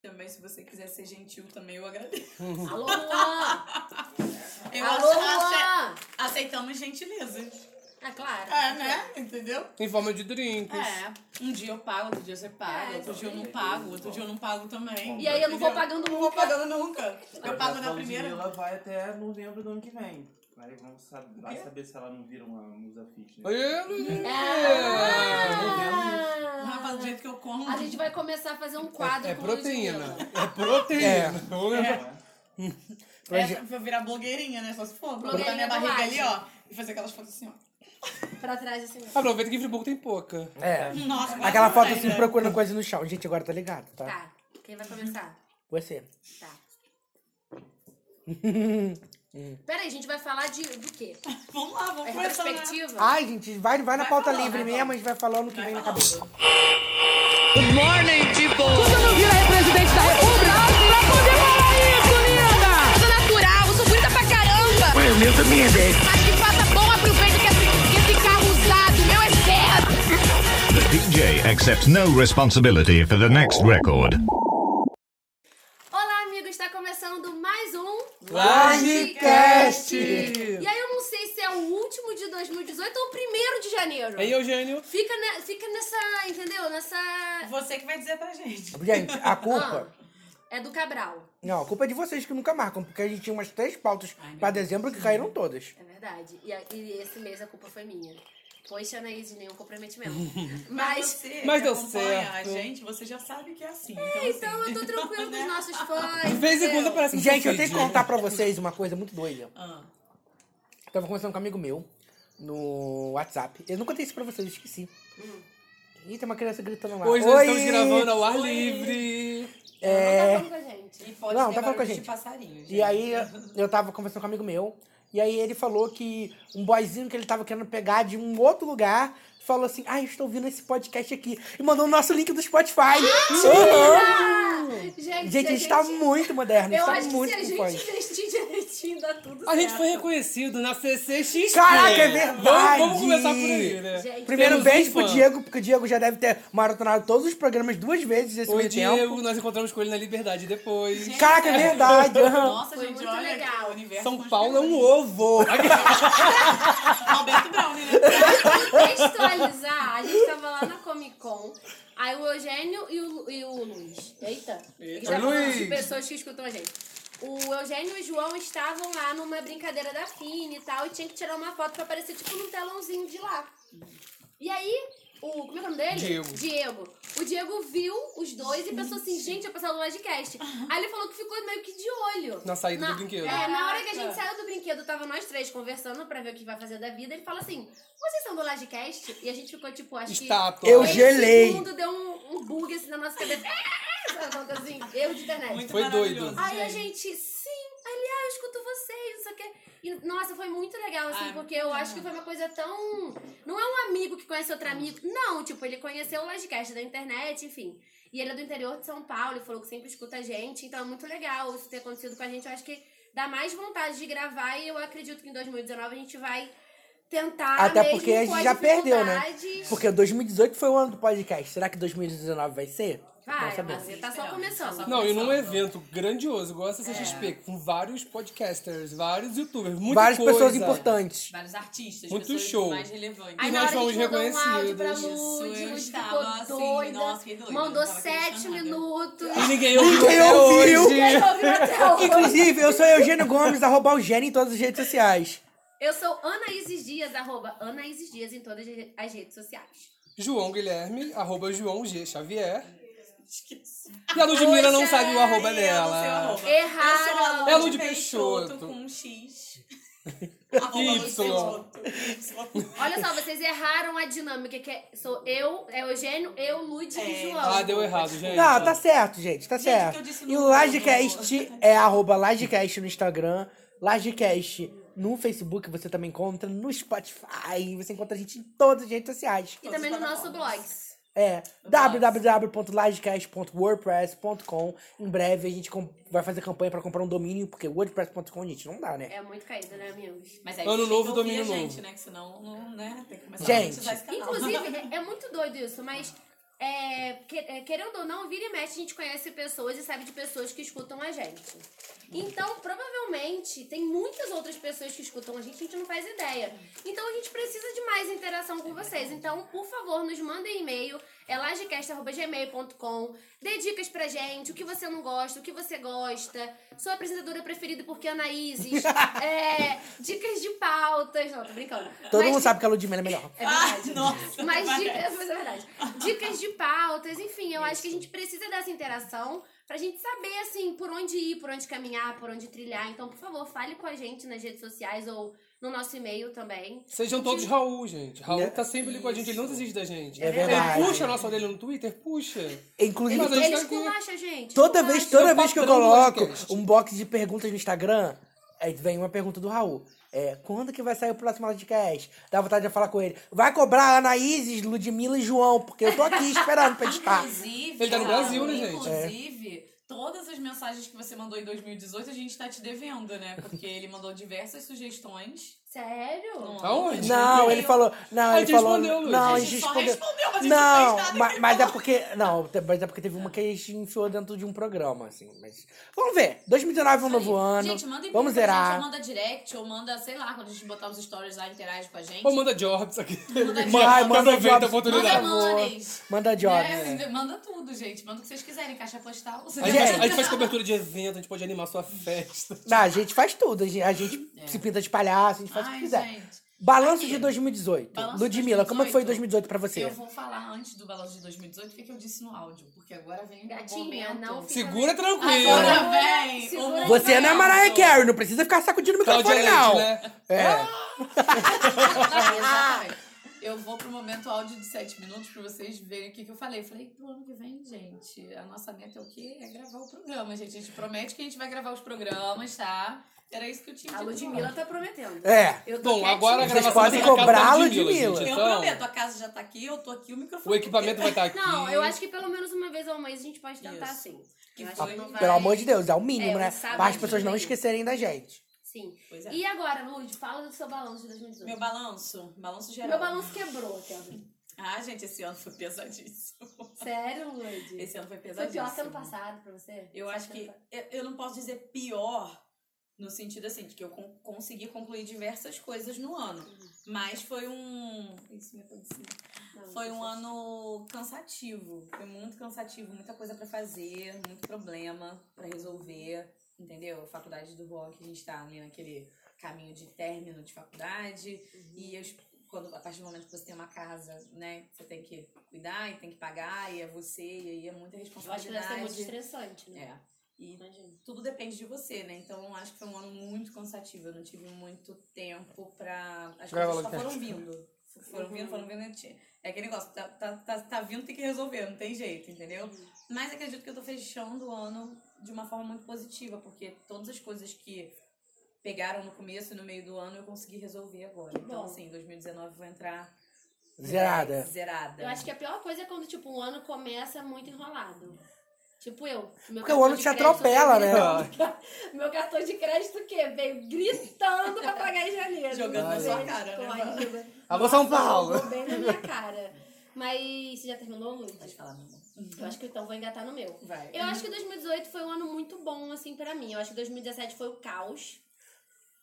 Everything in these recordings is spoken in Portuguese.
Também, se você quiser ser gentil, também eu agradeço. Alô, Luan! Eu Alô, ace- ace- Luan! aceitamos gentileza. Ah, claro. É, né? Entendeu? Em forma de drinks. É. Um dia eu pago, outro dia você paga, É, outro dia eu não exatamente. pago, outro dia eu não pago também. E aí eu não vou Entendeu? pagando Não vou nunca. pagando nunca. tá Eu pago na primeira. Ela vai até novembro do ano que vem. Aí vamos saber, vai saber se ela não vira uma musa fitness. Olha, É. Ah! Não vai falar do jeito que eu como. É, A gente vai começar a fazer um quadro É com o Luiz proteína. Mila. É proteína. Vamos É. lembrar. Essa, pra virar blogueirinha, né? Só se for. Pra botar Blogueirinha minha barriga ali, bobagem. ó. E fazer aquelas fotos assim, ó. Pra trás, assim. Aproveita que em Friburgo tem pouca. É. Nossa, quase Aquela não foto sai, assim né? procurando coisa no chão. Gente, agora tá ligado, tá? Tá. Quem vai começar? Você. Tá. Peraí, a gente vai falar de, do quê? Vamos lá, vamos É começar. né? retrospectiva? Ai, gente, vai, vai na Vai pauta falando, livre vai mesmo, falando. a gente vai falando o que Vai vem na falando. cabeça. Você não vira representante da República? Pra poder falar isso, linda! Sou natural, eu sou bonita pra caramba! Mas o meu também é Mas que faça bom aproveito que esse, que esse carro usado, meu é certo! The DJ accepts no responsibility for the next record. Olá, amigo, está começando mais um Livecast! E aí eu não sei se é o último de 2018 ou o primeiro de janeiro. Ei, Eugênio. Fica, ne- fica nessa, entendeu? Nessa... Você que vai dizer pra gente. Gente, a culpa. Ah, é do Cabral, Não, a culpa é de vocês que nunca marcam, porque a gente tinha umas três pautas pra dezembro que caíram todas. é verdade. E, a- e esse mês a culpa foi minha. Pois, Anaís, nenhum comprometimento. Mas, você Mas que deu acompanha certo. A gente, você já sabe que é assim. então, então eu tô tranquilo com os nossos fãs. De vez em entendeu? quando parece um Gente, eu tenho que suicídio. contar pra vocês uma coisa muito doida. Ah, Eu tava conversando com um amigo meu no WhatsApp. Eu nunca contei isso pra vocês, eu esqueci. Ih, tem uma criança gritando lá. Hoje nós Oi! estamos gravando ao ar livre. Não tá falando com a gente. e pode Não, ter tá falando com a barulho gente. de passarinho, gente. E aí eu tava conversando com um amigo meu, e aí ele falou que um boyzinho que ele tava querendo pegar de um outro lugar falou assim: Ah, eu estou ouvindo esse podcast aqui. E mandou o nosso link do Spotify. Uhum. Gente, se Ah, a Gente, a gente tá muito moderno, a Eu gente tá acho muito que se a com gente investir direitinho, dá tudo A certo. gente foi reconhecido na CCXP. Caraca, é Vamos- verdade. Vamos, começar por aí, né? Gente, Primeiro Temos beijo um pro fã. Diego, porque o Diego já deve ter maratonado todos os programas duas vezes nesse O meio tempo. Diego, nós encontramos com ele na Liberdade depois. Caraca, é verdade. aham. Nossa, Foi gente, muito olha legal. que o universo São conspira. Paulo é um ovo. Roberto Brown, né? contextualizar, a gente tava lá na Comic Con, aí o Eugênio e o, e o Luiz. Eita, Eita, já falamos de Luiz. pessoas que escutam a gente. O Eugênio e o João estavam lá numa brincadeira da Fini e tal, e tinha que tirar uma foto pra aparecer tipo num telãozinho de lá. E aí, o. Como é o nome dele? Diego. Diego. O Diego viu os dois e pensou assim, gente, eu passar no livecast. Aí ele falou que ficou meio que de olho. Na saída do brinquedo. É, na hora que a gente saiu do brinquedo, tava nós três conversando pra ver o que vai fazer da vida. Ele fala assim: vocês são do Lodcast? E a gente ficou tipo, acho Estátua. que. Eu Esse gelei. mundo deu um, um bug assim na nossa cabeça. Ah! Sabe, uma coisa assim, erro de internet. Muito É, Foi doido. maravilhoso, Aí a gente, sim, aí ele, ah, eu escuto vocês, não sei o quê. E, nossa, foi muito legal, assim, Ah, porque eu acho que foi uma coisa tão. Não é um amigo que conhece outro amigo. Não, tipo, ele conheceu o Lodcast da internet, enfim. E ele é do interior de São Paulo e falou que sempre escuta a gente. Então é muito legal isso ter acontecido com a gente. Eu acho que dá mais vontade de gravar e eu acredito que em 2019 a gente vai tentar. Até mesmo porque a com gente as já perdeu, né? dificuldades. Porque 2018 foi o ano do podcast. Será que 2019 vai ser? Não Vai, sabemos. você tá só começando. Não, e num evento grandioso, igual a CCXP, com vários podcasters, vários youtubers, muita Várias coisa. pessoas importantes. Vários artistas, Muito pessoas show. mais relevantes. Aí E na nós hora a gente fomos mandou um áudio pra reconhecidos. Lud, Eu Lud ficou estava assim, doida, nossa, que doida, mandou eu tava sete questionada. minutos. E ninguém ouviu Ninguém até ouviu. hoje. Ninguém ouviu até hoje. Inclusive, eu sou Eugênio Gomes, arroba Eugênio em todas as redes sociais. Eu sou Anaíses Dias, arroba Anaíses Dias em todas as redes sociais. João Guilherme, arroba João G. Xavier. E a Ludmilla não Poxa, sabe o arroba Eu não sei o dela. arroba. Eu sou Erraram. a É a Lud Lud Peixoto, Peixoto. com um X. Arroba Lud Y. Peixoto. Y. Olha só, vocês erraram a dinâmica, que é, sou eu, é Eugênio, eu, Lud e João. Ah, deu errado, gente. Não, tá certo, gente, tá Gente, o que eu certo. disse no E o Google, Lagecast é arroba Lagecast no Instagram, Lagecast no Facebook, você também encontra, no Spotify, você encontra a gente em todas as redes sociais. E também no nosso blog. É www.lagecast.wordpress.com. Em breve a gente com- vai fazer campanha pra comprar um domínio, porque wordpress.com, gente, não dá, né? É muito caída, né, amigos? Mas aí Ano vocês têm novo, que ouvir a domínio gente, novo. né? Que senão, não, né? Tem que começar Gente, a monetizar esse canal. Inclusive, é, é muito doido isso, mas é, que- é, querendo ou não, vira e mexe, a gente conhece pessoas e sabe de pessoas que escutam a gente. Então, provavelmente, tem muitas outras pessoas que escutam a gente, a gente não faz ideia. Então, a gente precisa de mais interação com vocês. Então, por favor, nos mandem e-mail, é lagecast.gmail.com, dê dicas pra gente, o que você não gosta, o que você gosta, sua apresentadora preferida porque Anaíses, é, dicas de pautas, não, tô brincando. Todo Mas mundo sabe que a Ludmilla é melhor. É verdade. Ah, nossa, Mas parece. dicas, mas é verdade. Dicas de pautas, enfim, eu acho que a gente precisa dessa interação pra gente saber, assim, por onde ir, por onde caminhar, por onde trilhar. Então, por favor, fale com a gente nas redes sociais ou no nosso e-mail também. Sejam todos Raul, gente. Raul É. tá sempre ali com a gente, ele não desiste da gente. É verdade. Ele puxa a nossa dele no Twitter, puxa. Inclusive, Mas a to- gente Eles tá aqui. esculacha, gente. toda esculacha. vez, toda é o vez que eu patrão do coloco podcast. um box de perguntas no Instagram, aí vem uma pergunta do Raul. É, quando que vai sair o próximo podcast? Dá vontade de falar com ele. Vai cobrar Anaíses, Ludmilla e João, porque eu tô aqui esperando pra editar. Inclusive, Ele tá no cara, Brasil, né, gente? Inclusive, todas as mensagens que você mandou em 2018 a gente tá te devendo, né? Porque ele mandou diversas sugestões. Sério? Aonde? Não, ele falou. Não, A ele gente falou. respondeu, Luiz. não, A a gente gente só respondeu. respondeu, mas a gente não Não, tá fez nada ma- que mas é falou. porque. Não, te- mas é porque teve uma que a gente enfiou dentro de um programa, assim. Mas. Vamos ver. 2019 é um novo ano. Gente, manda e-mail Vamos pra gente, ou zerar. manda direct, ou manda, sei lá, quando a gente botar os stories lá, interage com a gente. Ou manda Jobs aqui. Manda Jobs. Manda- Ai, manda aproveita Jobs, a oportunidade. manda por favor. manes. Manda jobs. Né? Manda tudo, gente. Manda o que vocês quiserem, caixa postal. A gente, faz, Gente. a gente faz cobertura de evento, a gente pode animar sua festa. Não, a gente faz tudo. A gente, a gente se pinta de palhaço, a gente faz o que Ai, quiser. gente. Balanço Aqui. de 2018. Balanço Ludmilla, como é foi 2018? 2018 pra você? Eu vou falar antes do balanço de 2018 o que, que eu disse no áudio, porque agora vem o Gatinha, momento. não fica... Segura tranquilo. Agora Segura, vem! segura. o momento. Você não é Mariah Carey, não precisa ficar sacudindo o Cláudia microfone, Tá Leite, não. né? É. Exatamente. Eu vou pro momento áudio de 7 minutos pra vocês verem o que, que eu falei. Eu falei, pro ano que vem, gente, a nossa meta é o quê? É gravar o programa, gente. A gente promete que a gente vai gravar os programas, tá? Era isso que eu tinha A dito no Ludmilla áudio. tá prometendo. É. Eu tô Bom, quietinha. agora a Vocês gravação podem vai ser na casa da cobrá-la, Ludmilla. gente, Eu então, prometo, a casa já tá aqui, eu tô aqui, o microfone. o equipamento vai estar aqui. Não, eu acho que pelo menos uma vez ao mês a gente pode tentar Isso. assim. Que Eu acho foi- um que não vai... Pelo amor de Deus, é o mínimo, É, né? um sábado Para as pessoas não de- esquecerem da gente. Sim. Pois é. E agora, Lud, fala do seu balanço de 2018. Meu balanço, balanço geral. Meu balanço quebrou, Kelvin. Ah, gente, esse ano foi pesadíssimo. Sério, Lud? Esse ano foi Foi pesadíssimo. pior que ano passado pra você? Eu acho que. Eu, eu não posso dizer pior, no sentido assim, de que eu con- consegui concluir diversas coisas no ano. Mas foi um. Isso me aconteceu. Ah, Não, Foi um não sei. ano cansativo. Foi muito cansativo, muita coisa pra fazer, muito problema pra resolver, entendeu? Faculdade do rock, a gente tá ali naquele caminho de término de faculdade. Uhum. E eu, esp- quando, a partir do momento que você tem uma casa, né, que você tem que cuidar e tem que pagar, e é você, e aí é muita Eu acho que deve responsabilidade. ser muito estressante, né? É. E Imagina. tudo depende de você, né? Então eu acho que foi um ano muito cansativo. Eu não tive muito tempo pra. As Vai, coisas só Valentine. foram vindo. Foram vindo, foram vindo. né? É aquele negócio, tá, tá, tá, tá vindo, tem que resolver, não tem jeito, entendeu? Mas acredito que eu tô fechando o ano de uma forma muito positiva, porque todas as coisas que pegaram no começo e no meio do ano eu consegui resolver agora. Então, bom. assim, 2019 eu vou entrar. Zerada. Zerada. Eu acho que a pior coisa é quando, tipo, um ano começa muito enrolado. Tipo eu. Meu Porque cartão o ano de te crédito atropela, veio né? gritando. Meu cartão de crédito o quê? Veio gritando pra pagar em janeiro. Jogando na sua cara, né, Misericórdia, mano? jogando- Alô, São Nossa, Paulo. jogou bem na minha cara. Mas você já terminou, Luiz? Pode falar, meu amor. Eu acho que então vou engatar no meu. Vai. Eu acho que 2018 foi um ano muito bom, assim, pra mim. Eu acho que 2017 foi o caos.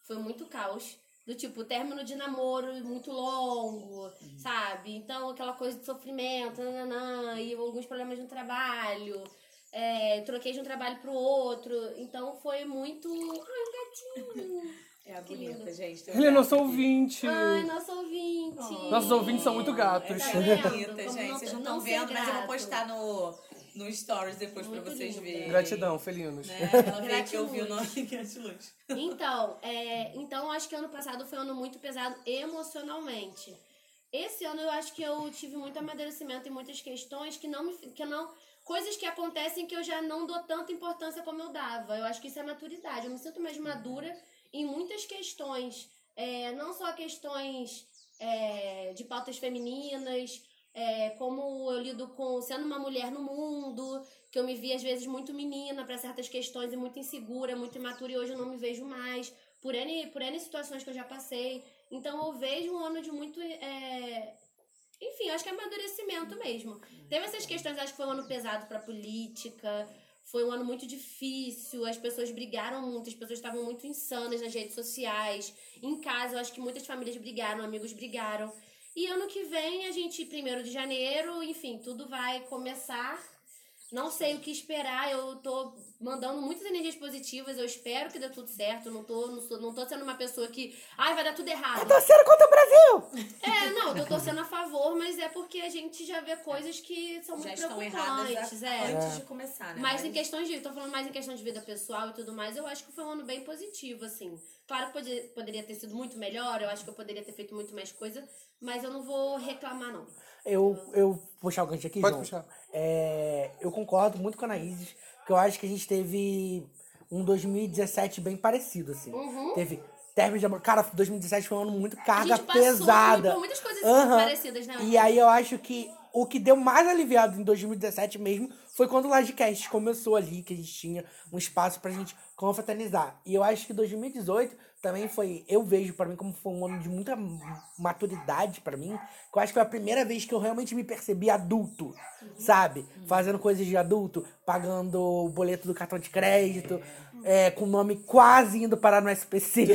Foi muito caos. Do tipo, término de namoro muito longo, Uhum. sabe? Então, aquela coisa de sofrimento, nananã, e alguns problemas no trabalho. É, troquei de um trabalho pro outro. Então, foi muito... Ai, um gatinho! É a Que bonita, lindo. gente. tem um Ele é gato nosso aqui. ouvinte. Ai, nosso ouvinte! Nossos ouvintes são muito gatos. Tá Tá bonita, vendo? Como gente. não- Vocês não não estão ser vendo, mas eu vou grato. postar no, no Stories depois pra Muito vocês linda. verem. Gratidão, felinos. Né? Ela veio aqui Gratiluz. ouvir o nome Gratiluz. Então, é, então eu acho que ano passado foi um ano muito pesado emocionalmente. Esse ano eu acho que eu tive muito amadurecimento em muitas questões que não me fi- que eu não coisas que acontecem que eu já não dou tanta importância como eu dava. Eu acho que isso é maturidade. Eu me sinto mais madura em muitas questões, é, não só questões é, de pautas femininas, é, como eu lido com sendo uma mulher no mundo, que eu me vi às vezes muito menina para certas questões e muito insegura, muito imatura e hoje eu não me vejo mais por N, por N situações que eu já passei. Então eu vejo um ano de muito é, Enfim, acho que é amadurecimento mesmo. Teve essas questões, acho que foi um ano pesado pra política, foi um ano muito difícil, as pessoas brigaram muito, as pessoas estavam muito insanas nas redes sociais. Em casa, eu acho que muitas famílias brigaram, amigos brigaram. E ano que vem, a gente, primeiro de janeiro, enfim, tudo vai começar. Não sei o que esperar, eu tô mandando muitas energias positivas, eu espero que dê tudo certo, eu não tô, não, sou, não tô sendo uma pessoa que, ai, vai dar tudo errado. Torceram contra o Brasil! É, não, eu tô torcendo a favor, mas é porque a gente já vê coisas que são Já muito estão erradas preocupantes, a- é. antes de começar, né? Mas em questões de, tô falando mais em questão de vida pessoal e tudo mais, eu acho que foi um ano bem positivo, assim. Claro que pode- poderia ter sido muito melhor, eu acho que eu poderia ter feito muito mais coisa, mas eu não vou reclamar, não. Eu, eu vou puxar o gancho aqui, Pode João. puxar. É, eu concordo muito com a Anaíses, que eu acho que a gente teve um 2017 bem parecido, assim. Uhum. Teve términos de amor. Cara, 2017 foi um ano muito a carga gente passou pesada. por muitas coisas Aham. parecidas, né? E aí eu acho que o que deu mais aliviado em 2017 mesmo foi quando o Lodcast começou ali, que a gente tinha um espaço pra gente confraternizar. E eu acho que 2018 também foi, eu vejo pra mim como foi um ano de muita maturidade pra mim, que eu acho que foi a primeira vez que eu realmente me percebi adulto, sabe? Fazendo coisas de adulto, pagando o boleto do cartão de crédito, é, com o nome quase indo parar no SPC,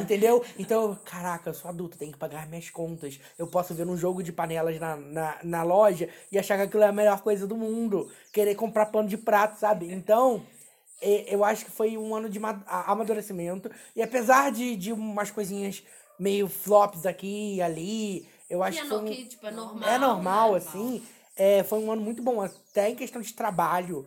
entendeu? Então, caraca, eu sou adulto, tenho que pagar minhas contas. Eu posso ver um jogo de panelas na, na, na loja e achar que aquilo é a melhor coisa do mundo. Querer comprar pano de prato, sabe? Então, e- eu acho que foi um ano de ma- a- amadurecimento. E apesar de, de umas coisinhas meio flops aqui e ali, eu acho que, é que foi no, um- que tipo, é normal. é normal, né? assim. É, foi um ano muito bom, até em questão de trabalho.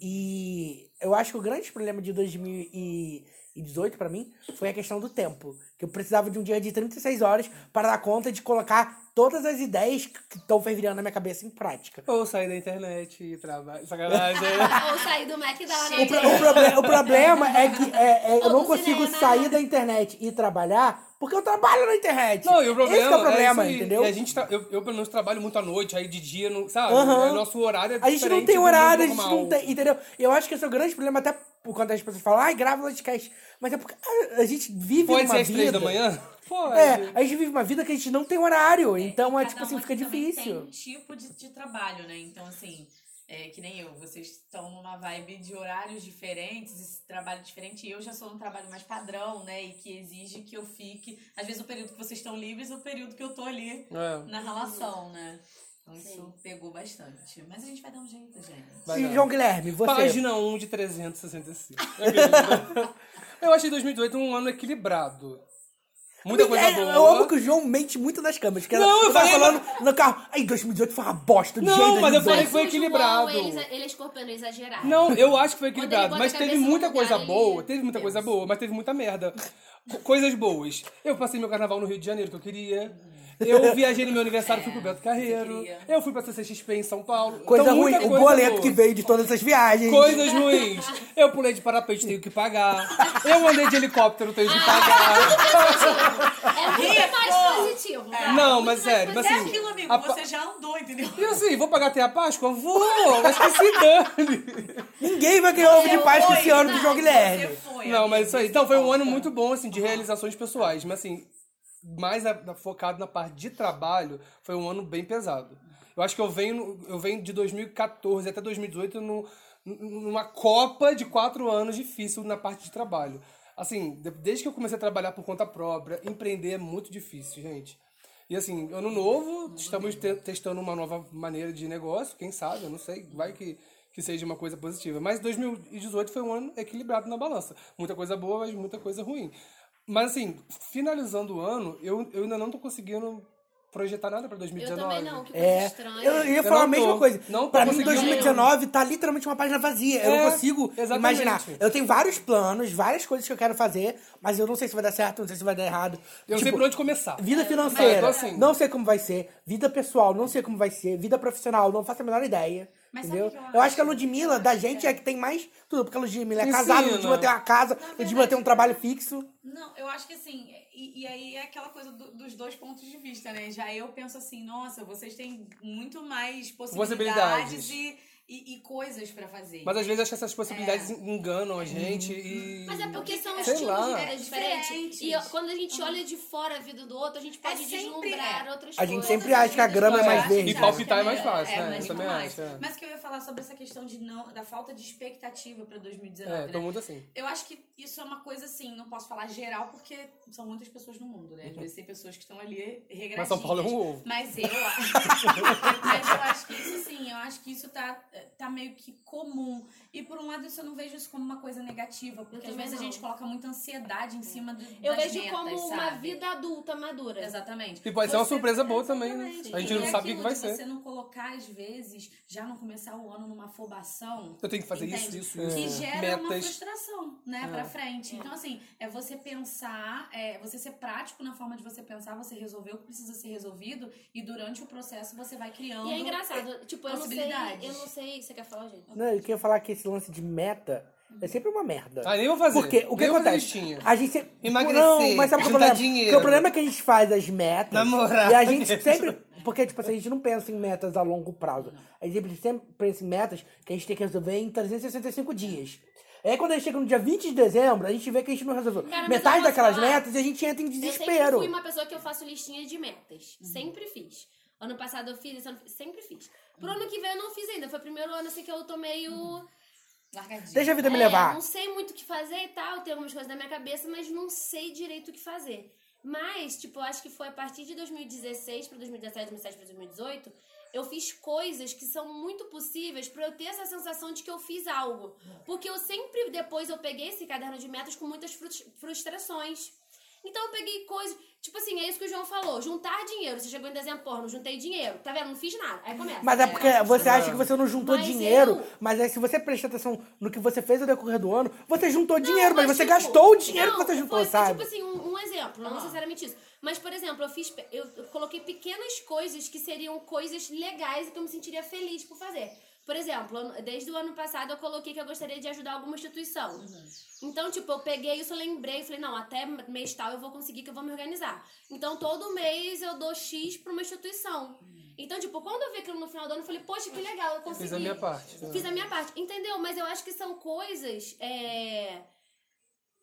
E eu acho que o grande problema de 2018 pra mim foi a questão do tempo. Que eu precisava de um dia de 36 horas para dar conta de colocar todas as ideias que estão fervilhando na minha cabeça em prática. Ou sair da internet e trabalhar. Sacanagem. Ou sair do Mac e dar lá na O, pro- o proble- o problema é que é, é, eu Ou não do consigo cinema. sair da internet e trabalhar porque eu trabalho na internet. Não, e o problema. Esse que é o problema, isso aí. entendeu? E a gente tá- eu, eu, pelo menos, trabalho muito à noite, aí de dia, não, sabe? Aham. É, Nosso horário é A gente não diferente tem do horário, a gente normal. não tem. Entendeu? Eu acho que esse é o grande problema, até por quando as pessoas falam, ai, grava podcast. Mas é porque a- a gente vive Pode numa ser às vida. três da manhã? Pode. É, a gente vive uma vida que a gente não tem horário. Então é Cada tipo assim, um fica aqui também Tem difícil. um tipo de, de trabalho, né? Então, assim, é, que nem eu, vocês estão numa vibe de horários diferentes, esse trabalho é diferente. E eu já sou num trabalho mais padrão, né? E que exige que eu fique. Às vezes, o período que vocês estão livres é o período que eu tô ali É, na relação, né? Então, isso pegou bastante. Mas a gente vai dar um jeito, gente. vai E dar. João Guilherme, você. Página 1 de 365. Acredito. É eu achei 2018 um ano equilibrado. Muita coisa É, boa. Eu amo que o João mente muito nas câmeras. Que Não, ela, eu eu tava falei- falando no carro. Aí, 2018 foi uma bosta do Não, jeito mas eu Mas falei- falei... que foi o João, equilibrado. ele, ele é escorpiano exagerado. Não, eu acho que foi Quando ele equilibrado. bota Mas a teve cabeça no muita lugar, coisa ele- boa, teve muita coisa boa, mas teve muita merda. Co- Coisas boas. Eu passei meu carnaval no Rio de Janeiro, que eu queria. Eu Uhum. viajei no meu aniversário, fui pro Beto Carreiro. queria. Eu fui pra CCXP em São Paulo. Coisa Então, ruim, muita o coisa boleto boa. que veio de todas essas viagens. Coisas ruins. Eu pulei de parapente, tenho que pagar. Eu andei de helicóptero, tenho Ah. que pagar. É muito mais positivo. vai. Não, Muito mas mais sério, mas Mas é assim. aquilo, amigo. a pa- Você já andou, entendeu? E assim, vou pagar até a Páscoa? Vou! Mas que se dane! Ninguém vai ganhar ovo de Páscoa Foi, esse ano do verdade, João Guilherme. Você foi. Não, amigo. mas isso aí. Então, foi um é ano muito bom, assim, de realizações pessoais. Mas, assim, mais a- na- focado na parte de trabalho, foi um ano bem pesado. Eu acho que eu venho, no- eu venho de 2014 até 2018 num- numa copa de quatro anos difícil na parte de trabalho. Assim, de- desde que eu comecei a trabalhar por conta própria, empreender é muito difícil, gente. E assim, ano novo, estamos te- testando uma nova maneira de negócio, quem sabe, eu não sei, vai que, que seja uma coisa positiva. Mas 2018 foi um ano equilibrado na balança. Muita coisa boa, mas muita coisa ruim. Mas assim, finalizando o ano, eu, eu ainda não tô conseguindo projetar nada pra Eu 2019. também não, que coisa assim, É, estranha. eu ia Eu falar a não mesma tô. coisa. Não tô pra mim, conseguindo. 2019 tá literalmente uma página vazia. eu É, não consigo exatamente. imaginar. Eu tenho vários planos, várias coisas que eu quero fazer, mas eu não sei se vai dar certo, não sei se vai dar errado. Eu Tipo, sei por onde começar. Vida É, eu financeira, tô assim. não sei como vai ser. Vida pessoal, não sei como vai ser. Vida profissional, não faço a menor ideia. Mas sabe entendeu? o que eu eu, acho? acho que a Ludmilla, da gente, é que tem mais tudo. Porque a Ludmilla é Ensina. casada, a Ludmilla tem uma casa, a Ludmilla tem um trabalho fixo. Não, eu acho que assim, e, e aí é aquela coisa do- dos dois pontos de vista, né? Já eu penso assim, nossa, vocês têm muito mais possibilidades, Possibilidades. e, e, e coisas pra fazer. Mas às vezes acho que essas possibilidades enganam a gente e. Mas é porque são Sei estilos lá. de vida diferentes. É Diferentes. E ó, quando a gente olha de fora a vida do outro, a gente pode sempre, deslumbrar outras A coisas. gente sempre acha que a grama é É, mais E verde. né? palpitar é mais fácil, né? mas Eu também muito acho, é. Mas o que eu ia falar sobre essa questão de não, da falta de expectativa pra 2019, É, né? tô muito assim. Eu acho que isso é uma coisa assim, não posso falar geral porque são muitas pessoas no mundo, né? Às vezes tem pessoas que estão ali regradinhas. Mas São Paulo é um ovo. Mas eu acho. mas eu acho que isso sim, eu acho que isso tá, tá meio que comum. E por um lado, isso eu não vejo isso como uma coisa negativa, porque às também vezes a não. gente coloca muita ansiedade em cima do, Eu das vejo metas, como uma sabe? vida adulta madura. Exatamente. E pode ser uma Você- é, surpresa boa também, né? Exatamente. A gente E não é sabe o que aquilo vai de ser. Você não colocar, às vezes, já não começar o ano numa afobação. Eu tenho que fazer isso, Entende? isso, que isso. gera uma Metas. frustração, né, pra frente. Então, assim, é você pensar, é você ser prático na forma de você pensar, você resolver o que precisa ser resolvido e durante o processo você vai criando. E é engraçado, tipo, eu não sei, possibilidades. eu não sei, você quer falar, gente? Não, né? eu queria falar que esse lance de meta é sempre uma merda. Ah, nem vou fazer. Porque o que Nem vou fazer acontece? listinha. A gente sempre... Emagrecer, Não, mas sabe qual é o juntar problema? dinheiro. Porque o problema é que a gente faz as metas. Namorar. E a gente sempre. Porque, tipo assim, a gente não pensa em metas a longo prazo. A gente sempre pensa em metas que a gente tem que resolver em 365 dias. Aí quando a gente chega no dia 20 de dezembro, a gente vê que a gente não resolveu Cara, mas eu metade posso daquelas falar? metas e a gente entra em Eu sempre desespero. fui uma pessoa que eu faço listinha de metas. Sempre fiz. Ano passado eu fiz, esse ano eu fiz, sempre fiz. Pro ano que vem eu não fiz ainda. Foi o primeiro ano assim que eu tô meio. Largadinho. Deixa a vida me É, levar. Não sei muito o que fazer e tal, tem algumas coisas na minha cabeça, mas não sei direito o que fazer. Mas, tipo, eu acho que foi a partir de 2016 pra 2017, 2017 pra 2018, eu fiz coisas que são muito possíveis pra eu ter essa sensação de que eu fiz algo. Porque eu sempre depois eu peguei esse caderno de metas com muitas frus- frustrações. Então eu peguei coisas, tipo assim, é isso que o João falou, juntar dinheiro. Você chegou em dezembro, pô, não juntei dinheiro. Tá vendo? Não fiz nada. Aí começa. Mas é porque você acha que você não juntou Mas dinheiro, eu- mas aí se você prestar atenção no que você fez ao decorrer do ano, você juntou dinheiro, mas, mas, você tipo, gastou o dinheiro não, que você juntou, foi, sabe? Tipo assim, um, um exemplo, Ah. não necessariamente isso. Mas, por exemplo, eu fiz. pe- Eu eu coloquei pequenas coisas que seriam coisas legais e que eu me sentiria feliz por fazer. Por exemplo, ano- desde o ano passado eu coloquei que eu gostaria de ajudar alguma instituição. Uhum. Então, tipo, eu peguei isso, eu lembrei e falei, não, até mês tal eu vou conseguir que eu vou me organizar. Então, todo mês eu dou X pra uma instituição. Então, tipo, quando eu vi aquilo no final do ano, eu falei, poxa, que legal, eu consegui. Fiz Uhum. a minha parte. né? Fiz a minha parte, entendeu? Mas eu acho que são coisas. É...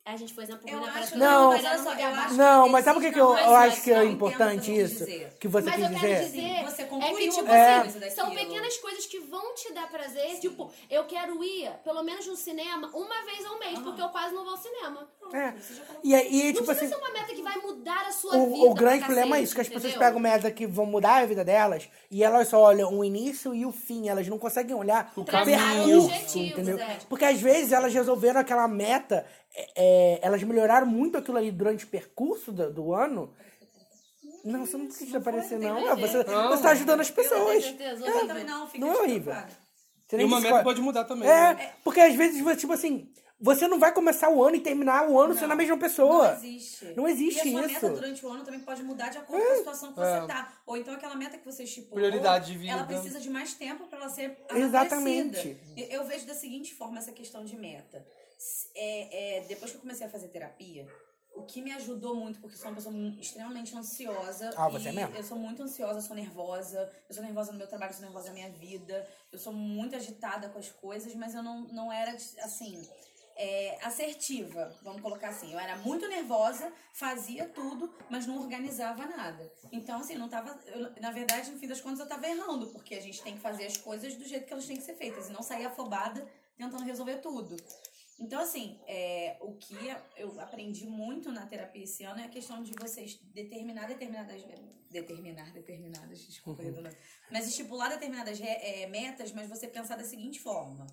A gente, por exemplo, Eu né, parece acho que Não, eu tô mas olha só, eu acho- Não, mas sabe o que, que eu, Não, mas eu não, acho que é não entendo o que eu importante quis isso? dizer. Que você mas quis eu dizer? quero dizer Você é que, concluiu tipo, uma assim, coisa são daquilo. pequenas coisas que vão te dar prazer. Tipo, eu quero ir, pelo menos no cinema, uma vez ao mês, Ah. porque eu quase não vou ao cinema. É. E aí, não tipo precisa assim, ser uma meta que vai mudar a sua vida. o, o grande pra problema é cacete, isso, que as pessoas entendeu? pegam metas que vão mudar a vida delas e elas só olham o início e o fim, elas não conseguem olhar o Traçar percurso, objetivos, entendeu? é. Porque às vezes elas resolveram aquela meta, é, é, elas melhoraram muito aquilo ali durante o percurso do, do ano. Não, você não quis aparecer, não. Ah, Você, você tá ajudando as pessoas. certeza, É, Eu também não, fica não é horrível. despreocupada. E Você nem uma disse meta qual- pode mudar também. né? É, porque às vezes, você, tipo assim, você não vai começar o ano e terminar o ano sendo a mesma pessoa. Não existe. Não existe e a sua isso. meta durante o ano também pode mudar de acordo com a situação que é. você tá. Ou então aquela meta que você estipulou, Prioridade de vida. ela precisa de mais tempo pra ela ser Exatamente. amadurecida. Eu eu vejo da seguinte forma essa questão de meta. S- é, é, depois que eu comecei a fazer terapia, o que me ajudou muito, porque sou uma pessoa mu- extremamente ansiosa. Ah, você e é mesmo? Eu sou muito ansiosa, sou nervosa. Eu sou nervosa no meu trabalho, sou nervosa na minha vida. Eu sou muito agitada com as coisas, mas eu não, não era, assim, é, assertiva, vamos colocar assim. Eu era muito nervosa, fazia tudo, mas não organizava nada. Então, assim, não tava. eu- na verdade, no fim das contas, eu tava errando, porque a gente tem que fazer as coisas do jeito que elas têm que ser feitas e não sair afobada tentando resolver tudo. Então, assim, é, o que eu aprendi muito na terapia esse ano é a questão de vocês determinar determinadas. Determinar determinadas, desculpa, redundância. Mas estipular determinadas re- é, metas, mas você pensar da seguinte forma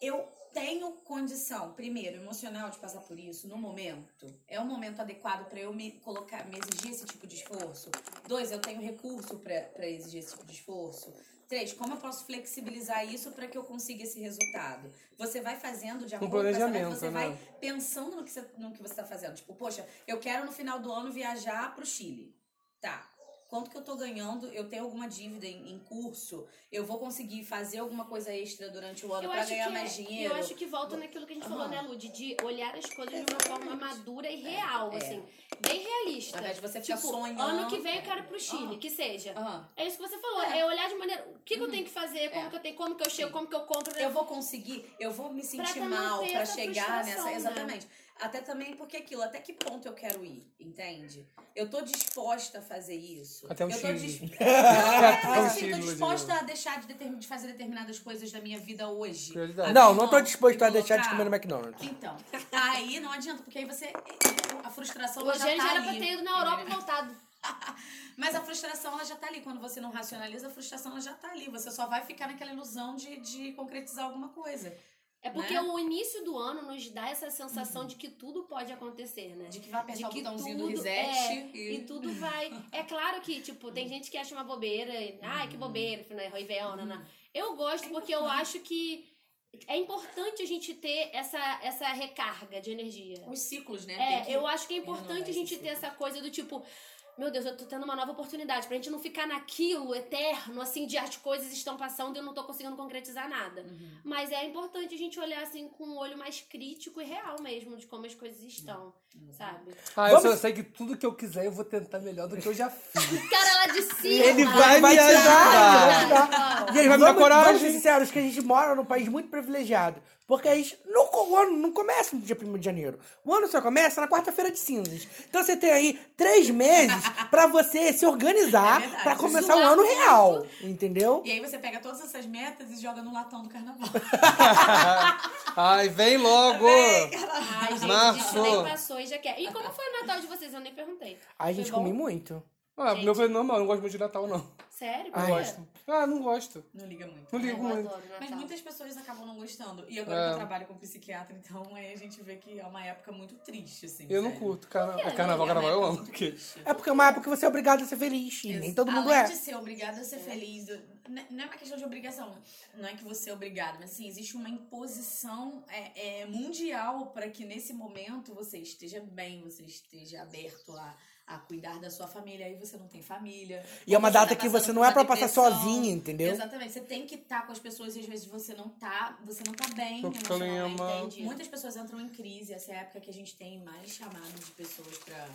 eu tenho condição, primeiro, emocional de passar por isso no momento. É um momento adequado para eu me colocar, me exigir esse tipo de esforço. Dois, eu tenho recurso para exigir esse tipo de esforço. Três, como eu posso flexibilizar isso para que eu consiga esse resultado? Você vai fazendo de acordo com essa meta, Um planejamento, você né? vai pensando no que você, no que você tá fazendo. Tipo, poxa, eu quero no final do ano viajar pro Chile. Tá. quanto que eu tô ganhando, eu tenho alguma dívida em, em curso, eu vou conseguir fazer alguma coisa extra durante o ano pra ganhar que mais é- dinheiro. Eu acho que volta naquilo que a gente falou, né, Lud? De olhar as coisas de uma forma madura e real, É. assim. Bem realista. Ao invés de você ficar tipo, sonhando. ano que vem eu quero ir pro Chile, que seja. Aham. Uhum. É isso que você falou, é, olhar de maneira. O que, que eu tenho que fazer, como que eu tenho, como que eu chego, como que eu compro. né? É. eu vou conseguir, eu vou me sentir pra não mal ter pra essa chegar frustração, nessa. né? Exatamente. Até também porque é aquilo, até que ponto eu quero ir, entende? Eu tô disposta a fazer isso. Até o eu tô Chile. dis- Não, é, Até um o mas assim, eu tô Chile, disposta a deixar de, determin- de fazer determinadas coisas da minha vida hoje. Prioridade. Abrir Não, não mão tô disposto a e deixar de colocar- comer no McDonald's. Então, aí não adianta, porque aí você. A frustração ela Hoje já tá ele já era ali. É. pra ter ido na Europa e voltado. Mas a frustração ela já tá ali. Quando você não racionaliza, a frustração ela já tá ali. Você só vai ficar naquela ilusão de, de concretizar alguma coisa. É porque Né? Uhum. o início do ano nos dá essa sensação de que tudo pode acontecer, né? De que vai apertar De que o botãozinho do tudo- reset. é, E tudo vai. É claro que, tipo, tem gente que acha uma bobeira. e, Ai, que bobeira, né? Roivel, naná. Eu É gosto porque eu acho que é importante a gente ter essa, essa recarga de energia. Os ciclos, né? Tem É, que- eu acho que é renovar importante a esse gente ter ciclo. essa coisa do tipo. Meu Deus, eu tô tendo uma nova oportunidade. Pra gente não ficar naquilo eterno, assim, de as coisas estão passando e eu não tô conseguindo concretizar nada. Uhum. Mas é importante a gente olhar, assim, com um olho mais crítico e real mesmo de como as coisas estão, É. sabe? Ah, eu só Vamos- sei que tudo que eu quiser eu vou tentar melhor do que eu já fiz. Cara, ela de si. Ele cara. vai me ajudar. Cara, ó. E ele vai me dar vamos, coragem. Vamos ser sinceros que a gente mora num país muito privilegiado. Porque a gente não, co- o ano não começa no dia 1 de janeiro. O ano só começa na quarta-feira de cinzas. Então você tem aí três meses pra você se É organizar verdade. pra começar o Zoar ano muito. real. Entendeu? E aí você pega todas essas metas e joga no latão do carnaval. Ai, vem logo! Ai, gente, a gente Março. nem passou e já quer. E como foi o Natal de vocês? Eu nem perguntei. A gente Foi bom? come muito. Ah, Gente. meu foi normal, eu não gosto muito de Natal, não. Sério? Não Por quê? gosto. Ah, não gosto. Não liga muito. É. Ai, Não eu ligo muito. adoro Natal. Mas muitas pessoas acabam não gostando. E agora É. que eu trabalho com psiquiatra, então aí a gente vê que é uma época muito triste, assim. Eu não sério. curto. Carna... quê? Carnaval, É uma carnaval, eu época amo. muito Porque... triste. É porque é uma época que você é obrigado a ser feliz. E nem todo mundo Além é. de ser obrigado a ser feliz, n- não é uma questão de obrigação. Não é que você é obrigado, mas assim, existe uma imposição é, é, mundial para que nesse momento você esteja bem, você esteja aberto a, a cuidar da sua família. Aí você não tem família. E é uma Você tá data que passando você por não uma é pra passar depressão. sozinha, entendeu? Exatamente. Você tem que estar com as pessoas e às vezes você não tá, você não tá bem Tô emocionalmente. clima. Entendi. Muitas pessoas entram em crise, essa é a época que a gente tem mais chamado de pessoas pra,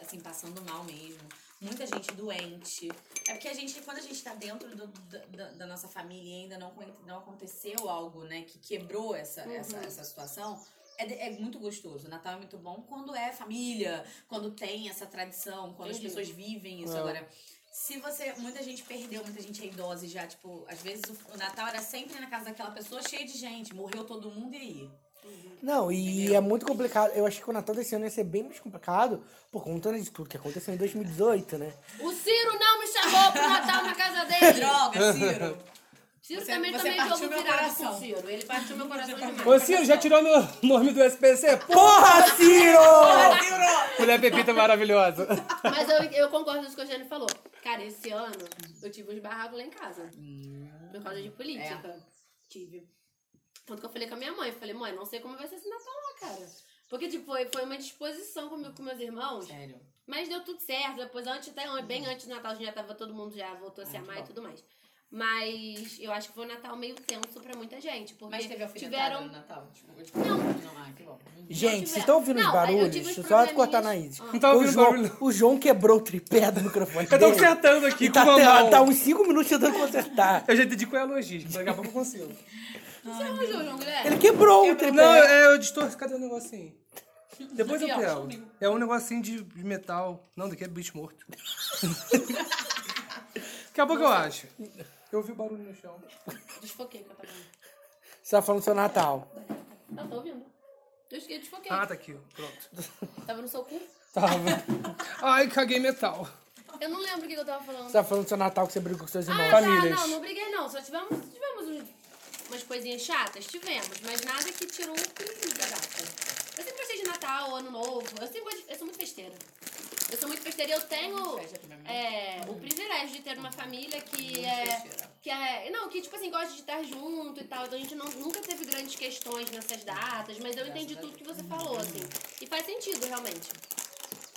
assim, passando mal mesmo. Muita gente doente. É porque a gente, quando a gente tá dentro do- da, da- da nossa família e ainda não, acon- não aconteceu algo, né, que quebrou essa, Uhum. essa, essa situação. É, de- é muito gostoso. Natal é muito bom quando é família, quando tem essa tradição, quando as Entendi. pessoas vivem isso. É. Agora, se você. Muita gente perdeu, muita gente é idosa e já, tipo, às vezes o, o Natal era sempre na casa daquela pessoa cheia de gente. Morreu todo mundo e aí? Não, e é muito complicado. Eu achei que o Natal desse ano ia ser bem mais complicado por conta né, de tudo que aconteceu em 2018, né? O Ciro não me chamou pro Natal na casa dele. Droga, Ciro! Ciro Você- também tá você também partiu jogo meu virado com o coração. Ciro. Ele partiu meu coração demais. Ô, Ciro, já tirou meu nome do SPC? Pô, Porra, Ciro! mulher Pepita maravilhosa. Mas eu, eu concordo com o que o Jane falou. Cara, esse ano eu tive uns barracos lá em casa. Por causa de política. É. Tive. Tanto que eu falei com a minha mãe. Eu falei, mãe, não sei como vai ser esse Natal lá, cara. Porque, tipo, foi, foi uma disposição comigo com meus irmãos. Sério. Mas deu tudo certo. Depois, antes, até an- Uhum. bem antes do Natal, a gente já tava todo mundo já voltou Ah, a se amar e tudo mais. Mas eu acho que foi um Natal meio tenso pra muita gente. Porque Mas teve alfinetada tiveram. no Natal? Tipo, Não. não, ah, que bom. Gente, vocês tiver- estão ouvindo Não, os aí eu barulhos? tive uns Deixa eu só probleminhas. cortar na Isa. Ah. Não tava o, ouvindo João, barulho, não. o João quebrou o tripé do microfone. Eu tô dele. acertando aqui E com tá, uma tá, mão. tá uns 5 minutos tentando consertar. Eu já entendi qual é a logística, daqui a pouco eu consigo. Você arranjou, João Guilherme? Ele quebrou, o tripé. Não, é, eu distorço. Cadê o negocinho? Depois eu Aqui, ó, pego. É um negocinho de de metal. Não, daqui é bicho morto. Daqui a pouco eu acho. Eu ouvi o barulho no chão. Desfoquei com a tua mão. Você tá falando do seu Natal. Não, tô ouvindo. Eu esqueci, desfoquei. Ah, tá aqui. ó. Pronto. Tava no seu cu. Tá, Tava. Ai, caguei metal. Eu não lembro o que que eu tava falando. Você tá falando do seu Natal que você brigou com seus irmãos. ah, famílias. tá, não, não briguei não. Só tivemos, tivemos uns- umas coisinhas chatas, tivemos, mas nada que tirou o pulo da gata. Eu sempre gostei de Natal, Ano Novo. Eu sempre gosto de- eu sou muito festeira. Eu sou muito festeira e eu tenho é, o privilégio de ter uma família que é, que é. Não, que tipo assim, gosta de estar junto e tal. Então a gente não- nunca teve grandes questões nessas datas, mas eu entendi tudo que você falou, assim. E faz sentido, realmente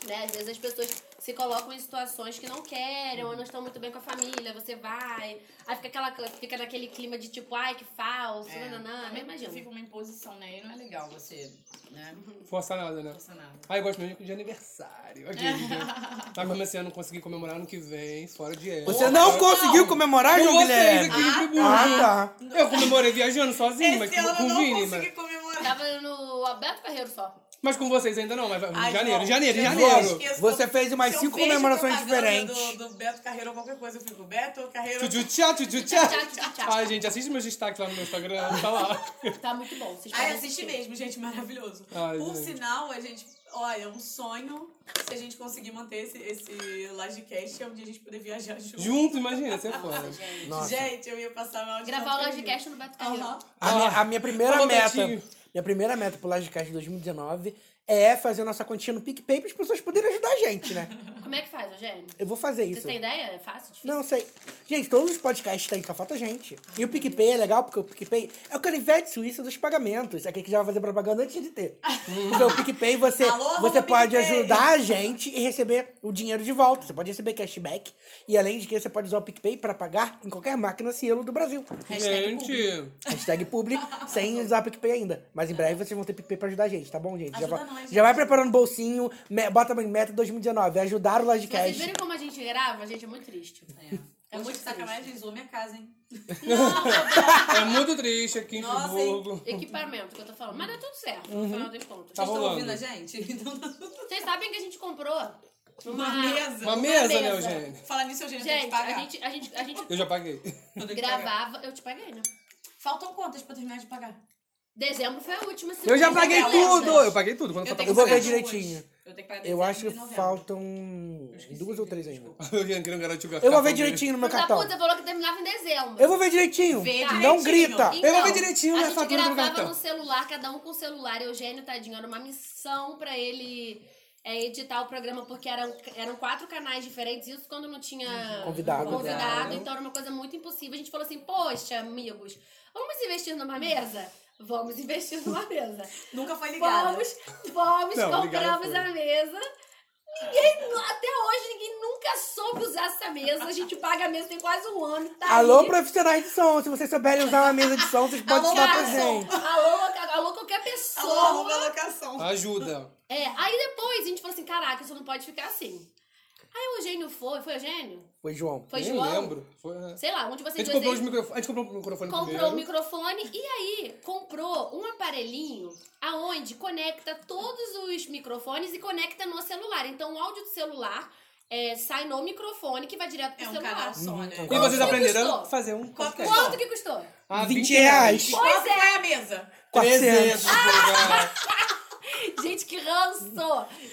né? Às vezes as pessoas se colocam em situações que não querem, ou não estão muito bem com a família, você vai. Aí fica, aquela, co- fica naquele clima de tipo, ai, que falso, É. nananã, não Também imagina. Fica uma imposição, né? E não é legal você, né? Forçar nada, né? Força nada. Ah, eu gosto mesmo de aniversário. Aqui, né? Tá como esse ano, não consegui comemorar ano que vem, fora de época. Você não conseguiu comemorar, Com João vocês Guilherme? aqui no Friburgo. Ah, tá. Eu comemorei viajando sozinho, mas Esse ano com, eu com o não Vini. consegui Mas, comemorar. Tava no Alberto Ferreiro só. mas com vocês ainda não, mas Ai, em João, janeiro, janeiro, Jesus, janeiro. esqueço Você que eu- fez umas se eu cinco vejo comemorações propaganda diferentes. Do, do Beto Carreiro ou qualquer coisa, eu fico Beto Carreiro. Tchu, tchu, tchá, tchu, tchu, tchá. Tchá, tchá, tchá. Ai, gente, assiste meus destaques lá no meu Instagram, tá lá. Tá muito bom. Vocês Ai, podem assiste assistir. mesmo, gente, maravilhoso. Ai, Por gente. sinal, a gente, olha, é um sonho se a gente conseguir manter esse, esse Lagecast é um dia a gente poder viajar junto. Junto, imagina, você é foda. Nossa. Gente, eu ia passar mal de Gravar o tanto Lodcast no Beto feliz. Carreiro. Aham. A minha, a minha primeira Alô, meta. Betinho. Minha primeira meta pro Lajecast de 2019 é fazer nossa continha no PicPay para as pessoas poderem ajudar a gente, né? Como é que faz, Eugênio? Eu vou fazer Você isso. tem ideia? É fácil? Difícil? Não sei. Gente, todos os podcasts têm, só falta gente. E o PicPay é legal, porque o PicPay é o canivete suíço dos pagamentos. Aqui que já vai fazer propaganda antes de ter. Então, o PicPay, você, Alô, arroba você pode PicPay. ajudar a gente e receber o dinheiro de volta. Você pode receber cashback. E além de que, você pode usar o PicPay para pagar em qualquer máquina cielo do Brasil. Gente, Hashtag public, sem usar PicPay ainda. Mas em breve vocês vão ter PicPay pra ajudar a gente, tá bom, gente? já, Ajuda vai, nós, já vai gente. preparando bolsinho, me- bota em meta 2019, ajudar o Vocês Lodcast. viram como a gente grava? Gente, é muito triste. É. É Hoje, muito sacanagem, zoou minha casa, hein? é muito triste aqui em Nossa, Friburgo. Equipamento que eu tô falando. Mas dá tudo certo, no final das contas. Tá Vocês estão rolando. ouvindo a gente? Então tá tudo- Vocês sabem que a gente comprou uma, Uma mesa. Uma mesa, né, mesa. Eugênio? Fala nisso, eu já tenho que Gente, pagar. a gente, a gente, a gente Eu já paguei. Eu tenho que pagar. gravava. Eu te paguei, né? Faltam quantas pra terminar de pagar? Dezembro foi a última. se Eu já não paguei me engano. tudo! Eu paguei tudo. Quando eu tenho faltava vou que pagar ver direitinho. duas. Eu tenho que pagar Eu é dezembro acho e que novembro. faltam esqueci, duas ou três gente, ainda. Eu um já entrei no garoto de Eu vou cartão ver dele. direito no meu Filho da cartão. puta falou que terminava em dezembro. Eu vou ver direitinho. Vê Não direitinho. grita. Tá, Eu Então tá vou ver direitinho a na gente fatura do gravava cartão. no celular, cada um com o celular. Eugênio, tadinho, era uma missão pra ele é, editar o programa, porque eram, eram quatro canais diferentes, isso quando não Uhum. tinha Convidado. convidado, então era uma coisa muito impossível. A gente falou assim, poxa, amigos, vamos investir numa mesa? Vamos investir numa mesa. Nunca foi ligado. Vamos, vamos, Não, ligada compramos foi. a mesa. Ninguém, até hoje, ninguém nunca soube usar essa mesa. A gente paga a mesa tem quase um ano. Tá Alô, aí. profissionais de som. Se vocês souberem usar uma mesa de som, vocês podem Alô, falar pra garçom. gente. Alô, alô, qualquer pessoa. Alô, arroba locação. Ajuda. É, aí depois a gente falou assim, caraca, isso não pode ficar assim. Aí o Eugênio foi, foi Eugênio? Foi, João. Foi Nem João? lembro. Foi, né? Sei lá, onde A vocês gente dois comprou os aí- microfones. A gente comprou o microfone comprou primeiro. o microfone e aí comprou um aparelhinho aonde conecta todos os microfones e conecta no celular. Então o áudio do celular é, sai no microfone que vai direto pro É um celular. canal Uhum. só, né? E vocês Quanto aprenderam custou? a fazer um podcast. Quanto que custou? Ah, 20 reais. Qual é. foi a mesa? 300 400. reais. Gente, que ranço!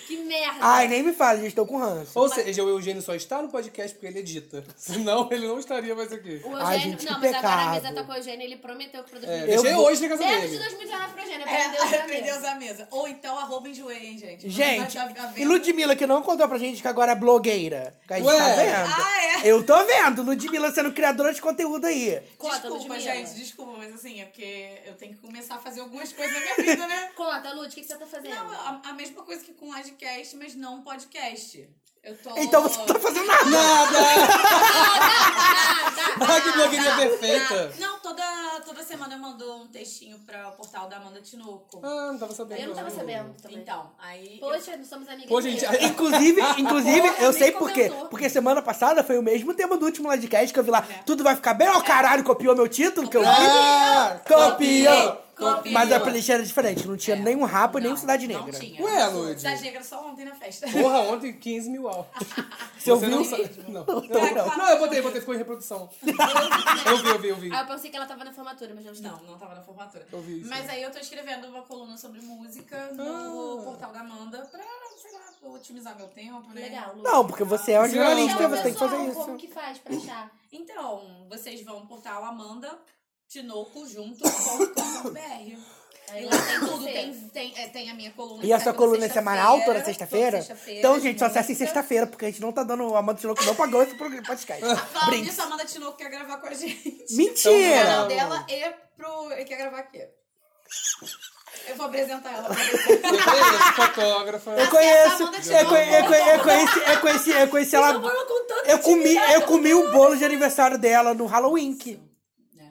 Que merda! Ai, né? nem me fala, gente. Tô com ranço. Ou seja, o Eugênio só está no podcast porque ele edita. Senão ele não estaria mais aqui. O Eugênio. Ai, gente, que não, mas agora a mesa pecado. tá com o Eugênio, ele prometeu que pra 2019. É, deixei vou- hoje na casa Menos de dele. 2019 pro Eugênio, aprendeu É, essa aprendeu a mesa. usar a mesa. Ou então, arroba enjoei, hein, gente. Gente, Vai dar- e Ludmilla que não contou pra gente que agora é blogueira. Que a gente Ué. tá vendo. Ah, é? Eu tô vendo, Ludmilla sendo criadora de conteúdo aí. Conta, Desculpa, Ludmilla. gente, desculpa, mas assim, é porque eu tenho que começar a fazer algumas coisas na minha vida, né? Conta, Lud, o que, que você tá fazendo? Não, a, a mesma coisa que com podcast, mas não podcast. Eu tô. Então você não tá fazendo nada. Nada! Nada! Ah, que blogueirinha Ah, Tá. perfeita! Não, toda, toda semana eu mando um textinho pra o portal da Amanda Tinoco. Ah, não tava sabendo. Eu não tava sabendo também. Então, aí. eu- Poxa, não somos amigas. Pô, gente, mesmo. Inclusive, inclusive Porra, eu nem sei por quê. comentou. Porque semana passada foi o mesmo tema do último Ladcast que eu vi lá. É. Tudo vai ficar bem, ó, caralho, copiou meu título que eu vi. Ah! Copiou! Copiou. É. Mas a playlist era diferente, não tinha nenhum rapa, nem um Não, Cidade não Negra. tinha. Ué, Lud. Cidade Negra só ontem na festa. Porra, ontem 15 mil alto. Se eu Você vi não um- sabe. Não, não, não. não, eu botei, botei, ficou em reprodução. Eu vi, eu vi, eu vi. Ah, eu pensei que ela tava na formatura, mas não estava. Não, não tava na formatura. Eu é. vi isso. Mas aí eu tô escrevendo uma coluna sobre música Ah. no portal da Amanda pra, sei lá, otimizar meu tempo, né? Legal, Lud. Não, porque você é uma Não, jornalista, Chama o você tem que pessoal, fazer Como isso. que faz pra achar? Então, vocês vão no portal Amanda Tinoco junto.com.br. E lá tem tudo, tem, tem, é, tem a minha coluna. E que a sai sua toda coluna é semanal, toda toda sexta-feira? sexta-feira, Então, gente, só de acessa em música. sexta-feira, porque a gente não tá dando a Amanda Tinoco não pagou esse pro- podcast. Falando Brinks. disso, a Amanda Tinoco quer gravar com a gente. Mentira! canal dela e pro. Quer gravar aqui. Eu vou apresentar ela pra Eu conheço fotógrafa. Eu conheço, Amanda te eu, conhe- eu, conhe- eu conheci, eu conheci, eu conheci ela. falou com tanta Eu comi, eu intimidade. comi o bolo de aniversário dela no Halloween. que- É. Não sei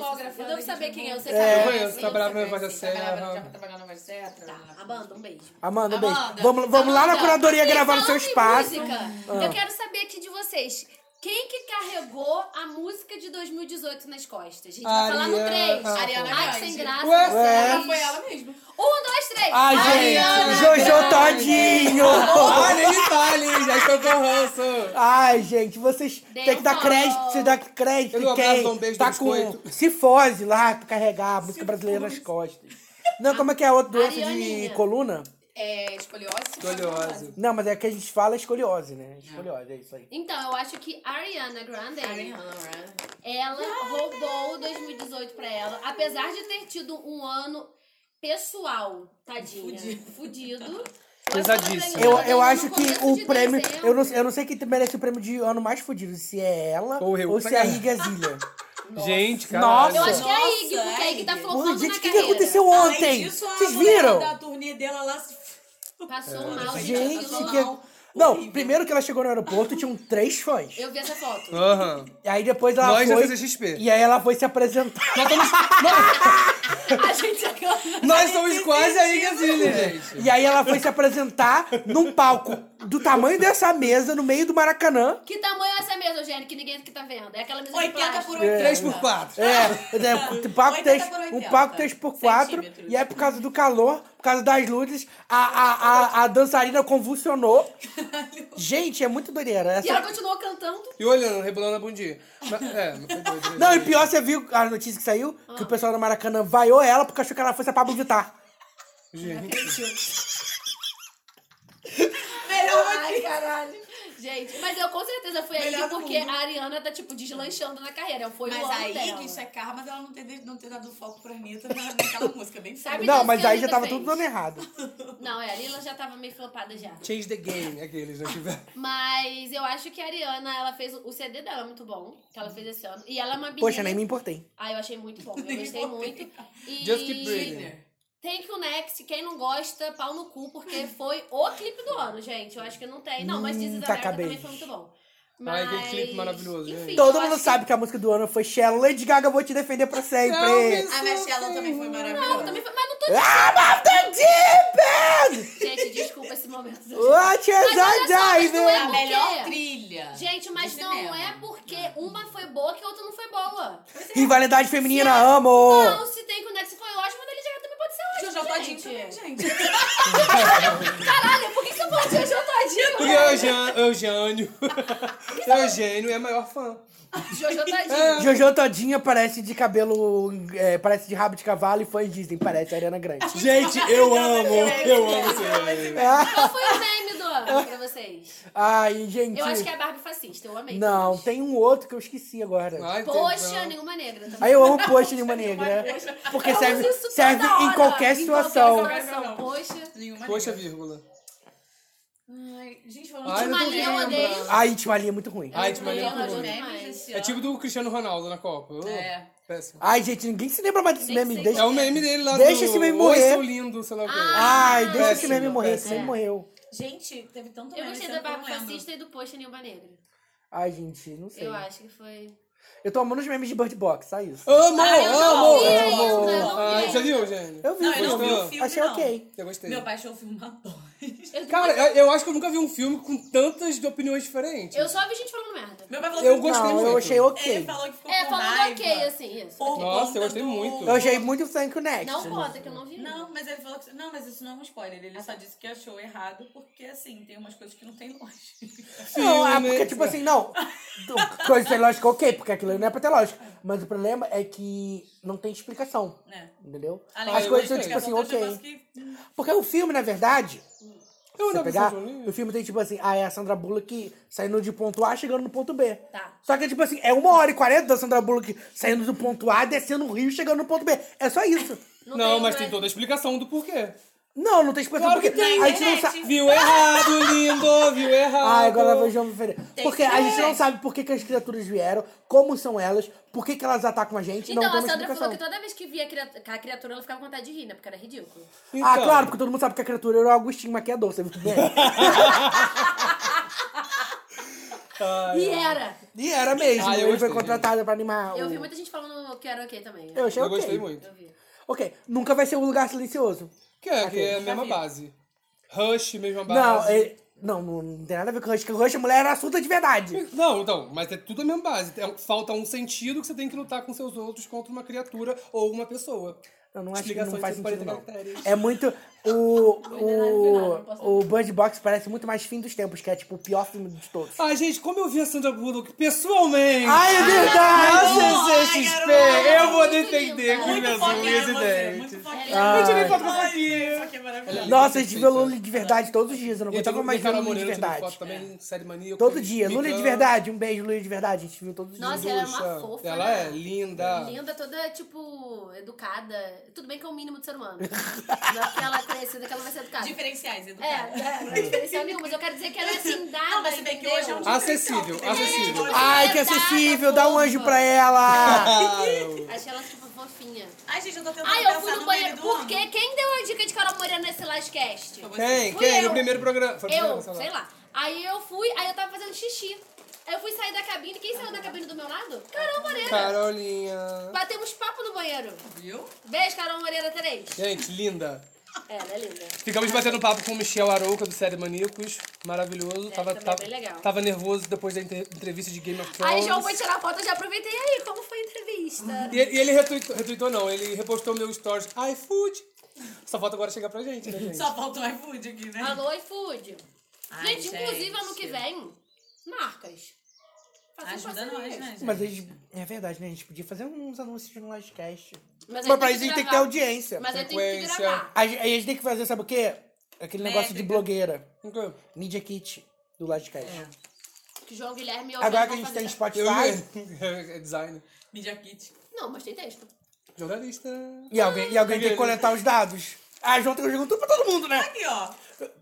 se Fotógrafa. você- Eu devo saber quem é, você sei sabe. Eu conheço, Sim, trabalhava no Voz da Trabalhava Serra. né? trabalhava no Varsetra. Tá, Amanda, um beijo. Amanda, beijo. Amanda, Vamos, vamos lá na Amanda, curadoria e gravar no seu falando em espaço. Ah. música, Eu quero saber aqui de vocês. Quem que carregou a música de 2018 nas costas? A gente vai falar no Ariana- 3. ah, Ariana Ai, Grande. que sem graça. Ué? vocês. tá. Ué. Ela foi ela mesma. Um, dois, três. Ai, Ariana gente, Jojo Todinho. Olha, ele tá ali, já estou com ranço. Ai, gente, vocês têm que dar Dental. crédito, vocês dão crédito. Eu dou um quem abraço, dou um beijo, dou tá biscoito. com cifose lá pra carregar a música brasileira nas costas. Não, como é que é a outra doença de Arianinha. coluna? É, escoliose. Escoliose. Não, mas é que a gente fala escoliose, né? Escoliose, é isso aí. Então, eu acho que Ariana Grande, né? Ariana. ela roubou o 2018 pra ela. Apesar de ter tido um ano pessoal, tadinha. Fudido. Mas ela Pesadíssimo. ganhou Eu, ela eu é no acho começo que o de prêmio. dezembro. Eu não, eu não sei quem merece o prêmio de ano mais fodido, se é ela Ou ou, eu. se é a Igazilha. Gente, Nossa. caralho. Eu acho que é a Ig, Nossa, porque a Ig tá Ig. flopando gente, na o que, que carreira. é aconteceu Além ontem? disso, a Vocês mulher viram? Da turnê dela lá se... Passou É. mal, Gente, passou que. mal. Não, primeiro que ela chegou no aeroporto, tinham três fãs. Eu vi essa foto. Aham. E aí depois ela Nós da foi. CCXP. E aí ela foi se apresentar. Nós um somos, A gente acaba... nós somos quase a Igazilha, gente. E aí ela foi se apresentar num palco do tamanho dessa mesa, no meio do Maracanã. Que tamanho é essa mesa, Eugênio, que ninguém aqui tá vendo? É aquela mesa de 80 plástico. por 80. 3 por 4 É, é, um palco 80 três, por 80. um palco 3x4, Centímetros. e é por causa do calor, por causa das luzes, a, a, a, a dançarina convulsionou. Gente, é muito doideira. E ela Essa... continuou cantando. E olhando, rebolando a bundinha. Mas- É, mas foi doido. né? Não, e pior, você viu a notícia que saiu? Ah. Que o pessoal do Maracanã vaiou ela porque achou que ela fosse a Pablo Vittar. Gente, Ai, caralho. Gente, mas eu com certeza fui a Ig Melhor do porque mundo. a Ariana tá, tipo, deslanchando na carreira. Foi o Mas ano aí, dela. que isso é karma dela não ter, não ter dado foco pra Anitta na- naquela música, bem foda. Sabe disso Não, que mas a aí já Anitta tava fez. tudo dando errado. Não, é, a Lila já tava meio flopada já. change the game, aqueles, né? Tipo, Mas eu acho que a Ariana, ela fez... O CD dela é muito bom, que ela fez esse ano. E ela é uma menina... Poxa, nem me importei. Ah, eu achei muito bom. Eu gostei muito. E... Just keep breathing. Tem que o Next, quem não gosta, pau no cu, porque foi o clipe do ano, gente. Eu acho que não tem. Não, mas Dizes Nunca America também acabei. foi muito bom. Ai, Mas... que um clipe maravilhoso, né? gente. eu Todo acho mundo que- sabe que a música do ano foi Shell. Lady Gaga, eu vou te defender pra É sempre. Ah, A Michelle Ah, também foi Não, maravilhosa. também foi... Mas não tô... I'm off the deep end! Gente, desculpa esse momento. Watch as olha só, mas I não é dive! A Por quê? melhor trilha. Gente, mas De não Ah, cinema. Ah. é porque uma foi boa que a outra não foi boa. Rivalidade feminina, amo! Não, se tem que o Next foi ótimo, a Lady Gaga também pode ser ótimo, Jojo Todinho também, gente. gente. Caralho, por que que eu falo de Jojo Todinho? Porque é Eugen- Eugênio. Eugênio é a maior fã. Jojo Todinho. Jojo Todinha parece de cabelo. é, parece de rabo de cavalo e foi Disney, parece Ariana Grande. Gente, eu amo. Eu amo esse Eugênio. Qual foi o meme do É. ano pra vocês? Ai, gente. Eu acho que é a Barbie fascista, eu amei. Não, tem um outro que eu esqueci agora. Ai, Poxa, né? tesão. nenhuma negra. também. Aí eu amo post nenhuma negra. né? Porque Eu serve, uso isso toda serve em hora, qualquer situação. qualquer situação, Poxa. Nenhuma Poxa, negra. vírgula. Ai, gente, falando Ai, não tô Maria, eu lembrando. odeio. A íntima ali é muito ruim. Ai, tipo, Maria, é eu Falando muito de odeio. ruim. memes esse É ano. tipo do Cristiano Ronaldo na Copa. Oh, É. Péssimo. Ai, gente, ninguém se lembra mais desse Nem meme. sei. Deixa... É o meme dele lá Deixa do... esse Oi, meme morrer. sou lindo, sei lá o Ah. quê. Ai, deixa esse Péssimo, meme morrer, esse péssimo. meme morreu. Gente, teve tanto Eu meme esse gostei ano da que eu Barbie não lembro. fascista e do Poxa Nenhuma Negra. Ai, gente, não sei. Eu acho que foi. Eu tô amando os memes de Bird Box, só isso. Amo, Ai, eu não amo, Ah, vi ainda, amo. eu não vi Ai, ainda. Você viu, Eugênio? Eu vi, Não, eu não vi Gostou? o filme, achei não. ok. Eu gostei. Meu pai achou o filme uma bosta. Eu, Cara, eu, eu acho que eu nunca vi um filme com tantas opiniões diferentes. eu só vi gente falando merda. Meu pai falou Eu que- gostei Não, muito. eu achei Ele ok. falou que ficou É, com falando raiva. ok, assim, isso. por Nossa, conta eu gostei do- muito. Eu achei muito Thank You Next. Não conta, que eu não vi. Não, mas ele falou que. Não, mas isso não é um spoiler. Ele Ah, tá. só disse que achou errado, porque assim, tem umas coisas que não tem lógica. Não, é filme, né? porque, tipo assim, não. do- Coisa sem lógica, ok, porque aquilo não é pra ter lógica. Mas o problema é que não tem explicação, Né? entendeu? Além As de coisas uma são, tipo assim, explicação, tem um ok. negócio que- Porque o filme, na verdade, é Eu você não pegar, vi esse filme. o filme tem, tipo assim, ah, é a Sandra Bullock saindo de ponto A, chegando no ponto B. Tá. Só que, tipo assim, é uma hora e quarenta da Sandra Bullock saindo do ponto A, descendo o rio, chegando no ponto B. É só isso. Não, tem mas mais- tem toda a explicação do porquê. Não, não tem explicação. Claro que porque né, tem, a gente não internet. sabe. Viu errado, lindo, viu errado. Ah, agora eu vou ver. Tem Porque que a gente ser. não sabe por que, que as criaturas vieram, como são elas, por que, que elas atacam a gente. Então, não tem a uma Sandra explicação. falou que toda vez que via a criatura, a criatura, ela ficava com vontade de rir, né? Porque era ridículo. Ah, Então. claro, porque todo mundo sabe que a criatura era o Agostinho Maquiador, você viu tudo bem? Ah, e era! e era mesmo, Ah, eu ele foi gostei, contratado pra animar. Eu o- vi muita gente falando que era ok também. Eu achei Eu ok. gostei muito. Eu vi. Ok, nunca vai ser um lugar silencioso. Que é, que é a mesma vi. base. Rush, mesma base. Ah, Não, é- ele- não, não, não tem nada a ver com o Rush, porque o Rush, a mulher era assunto de verdade. Não, então, mas é tudo a mesma base. É- Falta um sentido que você tem que lutar com seus outros contra uma criatura ou uma pessoa. Eu não acho que não faz de 140 sentido, não. caracteres. É muito. O, não posso o, o Bird Box parece muito mais fim dos tempos, que é tipo o pior filme de todos. Ai, gente, como eu vi a Sandra Bullock pessoalmente... Ai, é verdade! Na CCXP, eu vou defender com Muito meus fofinha unhas você, e muito É. dentes. fofinha. Ai. Ah. Eu tirei foto com essa aqui. Isso aqui é maravilhoso. Nossa, a gente vê Lula de verdade todos os dias. Eu não Eu aguentava tava mais mais ver Carol Lula de Moreira tirando foto verdade. também, série maníaca. Todo dia. Lula de Migão, verdade. Um beijo, Lula de verdade. A gente viu todos os Nossa, dias. ela é uma Ducha. fofa, Ela né? é Ah. linda. Linda, toda, tipo, educada. Tudo bem que é o mínimo do ser humano. não é porque ela é conhecida que ela vai ser educada. Diferenciais, É, educados. é, não é diferencial nenhum, mas eu quero dizer que ela é assim, dada, Não, mas se bem que hoje é um entendeu? Acessível, é acessível. Ai, que é acessível. Dá um anjo pra ela. Ah, Achei ela, tipo, fofinha. Ai, gente, eu tô tentando Ai, pensar eu fui no no banheiro. banheiro do Por homem. quê? Quem deu a dica de Carol Moreira nesse Lastcast? Quem? Fui Quem? eu. No primeiro programa. Foi o Eu, primeiro, sei lá. sei lá. Aí eu fui, aí eu tava fazendo xixi. Aí eu fui sair da cabine. Quem saiu da cabine do meu lado? Carol Moreira. Carolinha. Batemos papo no banheiro. Viu? Beijo, Carol Moreira 3. Gente, linda. É, ela é linda. Ficamos batendo papo com o Michel Arouca, do Série Maníacos. Maravilhoso. tava, É, também tava, bem legal. tava nervoso depois da inter- entrevista de Game of Thrones. Aí, João, vou tirar foto, eu já aproveitei. E aí, como foi a entrevista? E, e ele retweetou, retweetou, não, ele repostou meu stories iFood. Só falta agora chegar pra gente, né, gente? Só faltou iFood aqui, né? Alô, iFood. Ai, gente, inclusive, ano que vem, marcas. um Façam Ajuda parcerias. nós, né, gente? Mas a gente... É verdade, né? A gente podia fazer uns anúncios no livecast. Mas, aí Mas pra tem isso a gente tem que ter gravar. audiência. Mas aí tem que Frequência. gravar. A gente a gente tem que fazer, sabe o quê? Aquele Né, negócio de Métrica. blogueira. Nunca- Media Kit do livecast. É. Que João Guilherme Então, e eu Agora vamos que a gente fazer. tem Eu Spotify é design. Media Kit. Não, mas tem texto. Jornalista. e alguém, e alguém tem que coletar os dados. Ah, João tem que jogar tudo pra todo mundo, né? Aqui, ó.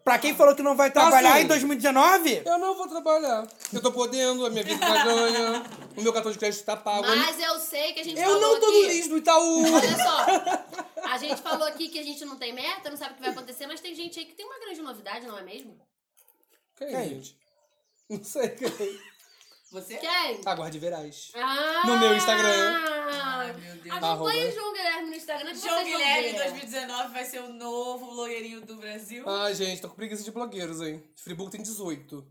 Pra quem falou que não vai trabalhar Assim. em 2019, Eu não vou trabalhar. Eu tô podendo, a minha vida tá ganha. O meu cartão de crédito tá pago. Mas eu sei que a gente eu falou não tô no aqui- lixo do Itaú. Olha só, a gente falou aqui que a gente não tem meta, não sabe o que vai acontecer, mas tem gente aí que tem uma grande novidade, não é mesmo? Quem, Quem? gente? Não sei quem. É. Você? Quem? Aguarde verás. Ah, No meu Instagram. Ai, meu Tá Deus. Acompanhe o Ah! Arroba. João Guilherme no Instagram. que João vocês vão Guilherme ver. 2019 vai ser o novo blogueirinho do Brasil. Ah, gente, tô com preguiça de blogueiros, hein? Friburgo tem 18.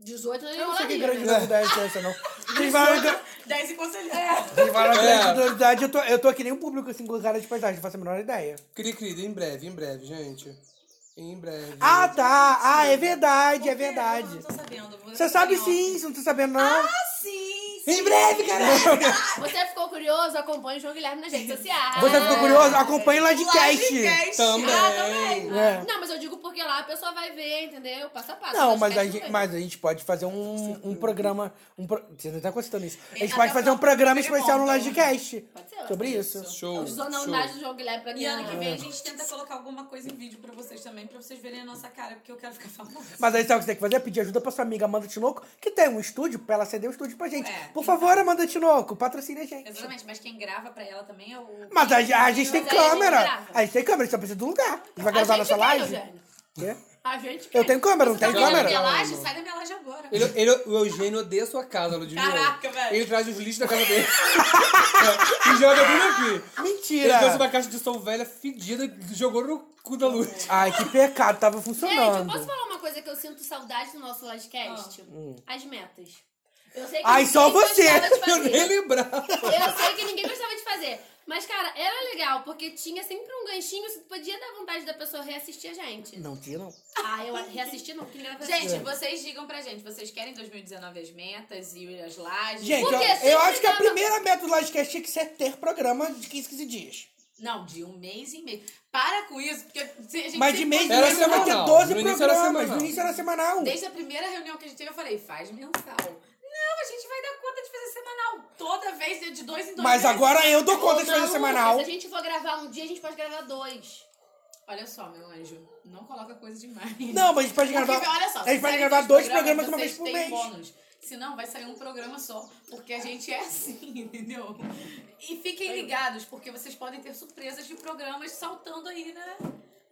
18 eu não sei que rolaria, grande né? novidade é essa, não. Vocês falaram que- 10 e conselheiro. vocês falaram que É. grande novidade, eu tô, eu tô aqui nem um público assim com cara de paisagem, não faço a menor ideia. Cri, cri, em breve, em breve, gente. Em breve. Ah, tá. Ah, é Por verdade, quê? é Eu não verdade. tô sabendo. Vou Você sabe sim, você não tá sabendo, não. Sim, sim. Em breve, cara. Você ficou curioso? Acompanhe o João Guilherme nas redes sociais. Ah, Você ficou curioso? Acompanha o Livecast. Livecast. Também. Ah, também. É. Não, mas eu digo porque lá a pessoa vai ver, entendeu? Passo a passo. Não, podcast mas a, não gente, vem. mas a gente pode fazer um, um programa. Um pro... Você não tá considerando isso. A gente Até pode fazer um o próximo programa Pokémon, especial no então. Livecast Pode ser, sobre olha. isso. Tá Show. Os zonalidades do João Guilherme pra E ano que criança. vem É. a gente tenta colocar alguma coisa em vídeo pra vocês também, pra vocês verem a nossa cara, porque eu quero ficar famosa. Mas aí sabe o que você tem que fazer? É Pedir ajuda pra sua amiga Amanda Tinoco, que tem um estúdio, pra ela ceder um estúdio pra gente. É. então. Por favor, Amanda Tinoco, patrocine a gente. Exatamente, mas quem grava pra ela também é o. Mas a, a gente tem Mas aí a gente câmera. grava. A gente tem câmera, a gente só precisa de um lugar. A gente vai A gravar gente nossa tem, live? Eugênio. Quê? A gente Eu tenho câmera, não Você tá tem vendo a câmera? minha Não, laje? Laje, sai da minha laje agora. Ele, ele, o Eugênio odeia sua casa, Ludmilla. Caraca, velho. Ele traz os lixos da casa dele. É, e joga tudo Ah. aqui. Ele trouxe Mentira! uma caixa de som velha fedida e jogou no cu da Lud. Ai, que pecado, tava Gente, eu funcionando. É, então, Ah. posso falar uma coisa que eu sinto saudade do nosso podcast? As metas. Eu sei que Ai, ninguém só você! gostava Tipo de Eu fazer. assim, nem lembrava. Eu sei que ninguém gostava de fazer. Mas, cara, era legal, porque tinha sempre um ganchinho, você podia dar vontade da pessoa reassistir a gente. Não tinha, não. Ah, eu reassisti não, porque ninguém vai Gente, vocês digam pra gente, vocês querem 2019 as metas e as lajes? Gente, Por eu, quê? eu Sempre acho que a dava- primeira meta do Livecast tinha que ser ter programa de 15, 15 dias. Não, de um mês em mês. Para com isso, porque se a gente. Mas de sempre- mês em Era mês é você vai ter semanal. 12 No início era programas. semanal. No início era semanal. Desde a primeira reunião que a gente teve, eu falei, faz mensal. Não, a gente vai dar conta de fazer semanal. Toda vez, de dois em dois Mas meses. agora eu dou conta de Maluca, fazer semanal. Se a gente for gravar um dia, a gente pode gravar dois. Olha só, meu anjo, não coloca coisa demais. Não, mas a gente pode Porque, gravar. olha só, a gente se pode sair gravar dois programas uma vocês vez por têm mês. Bônus. Senão vai sair um programa só, porque a gente é assim, entendeu? E fiquem ligados, porque vocês podem ter surpresas de programas saltando aí, né?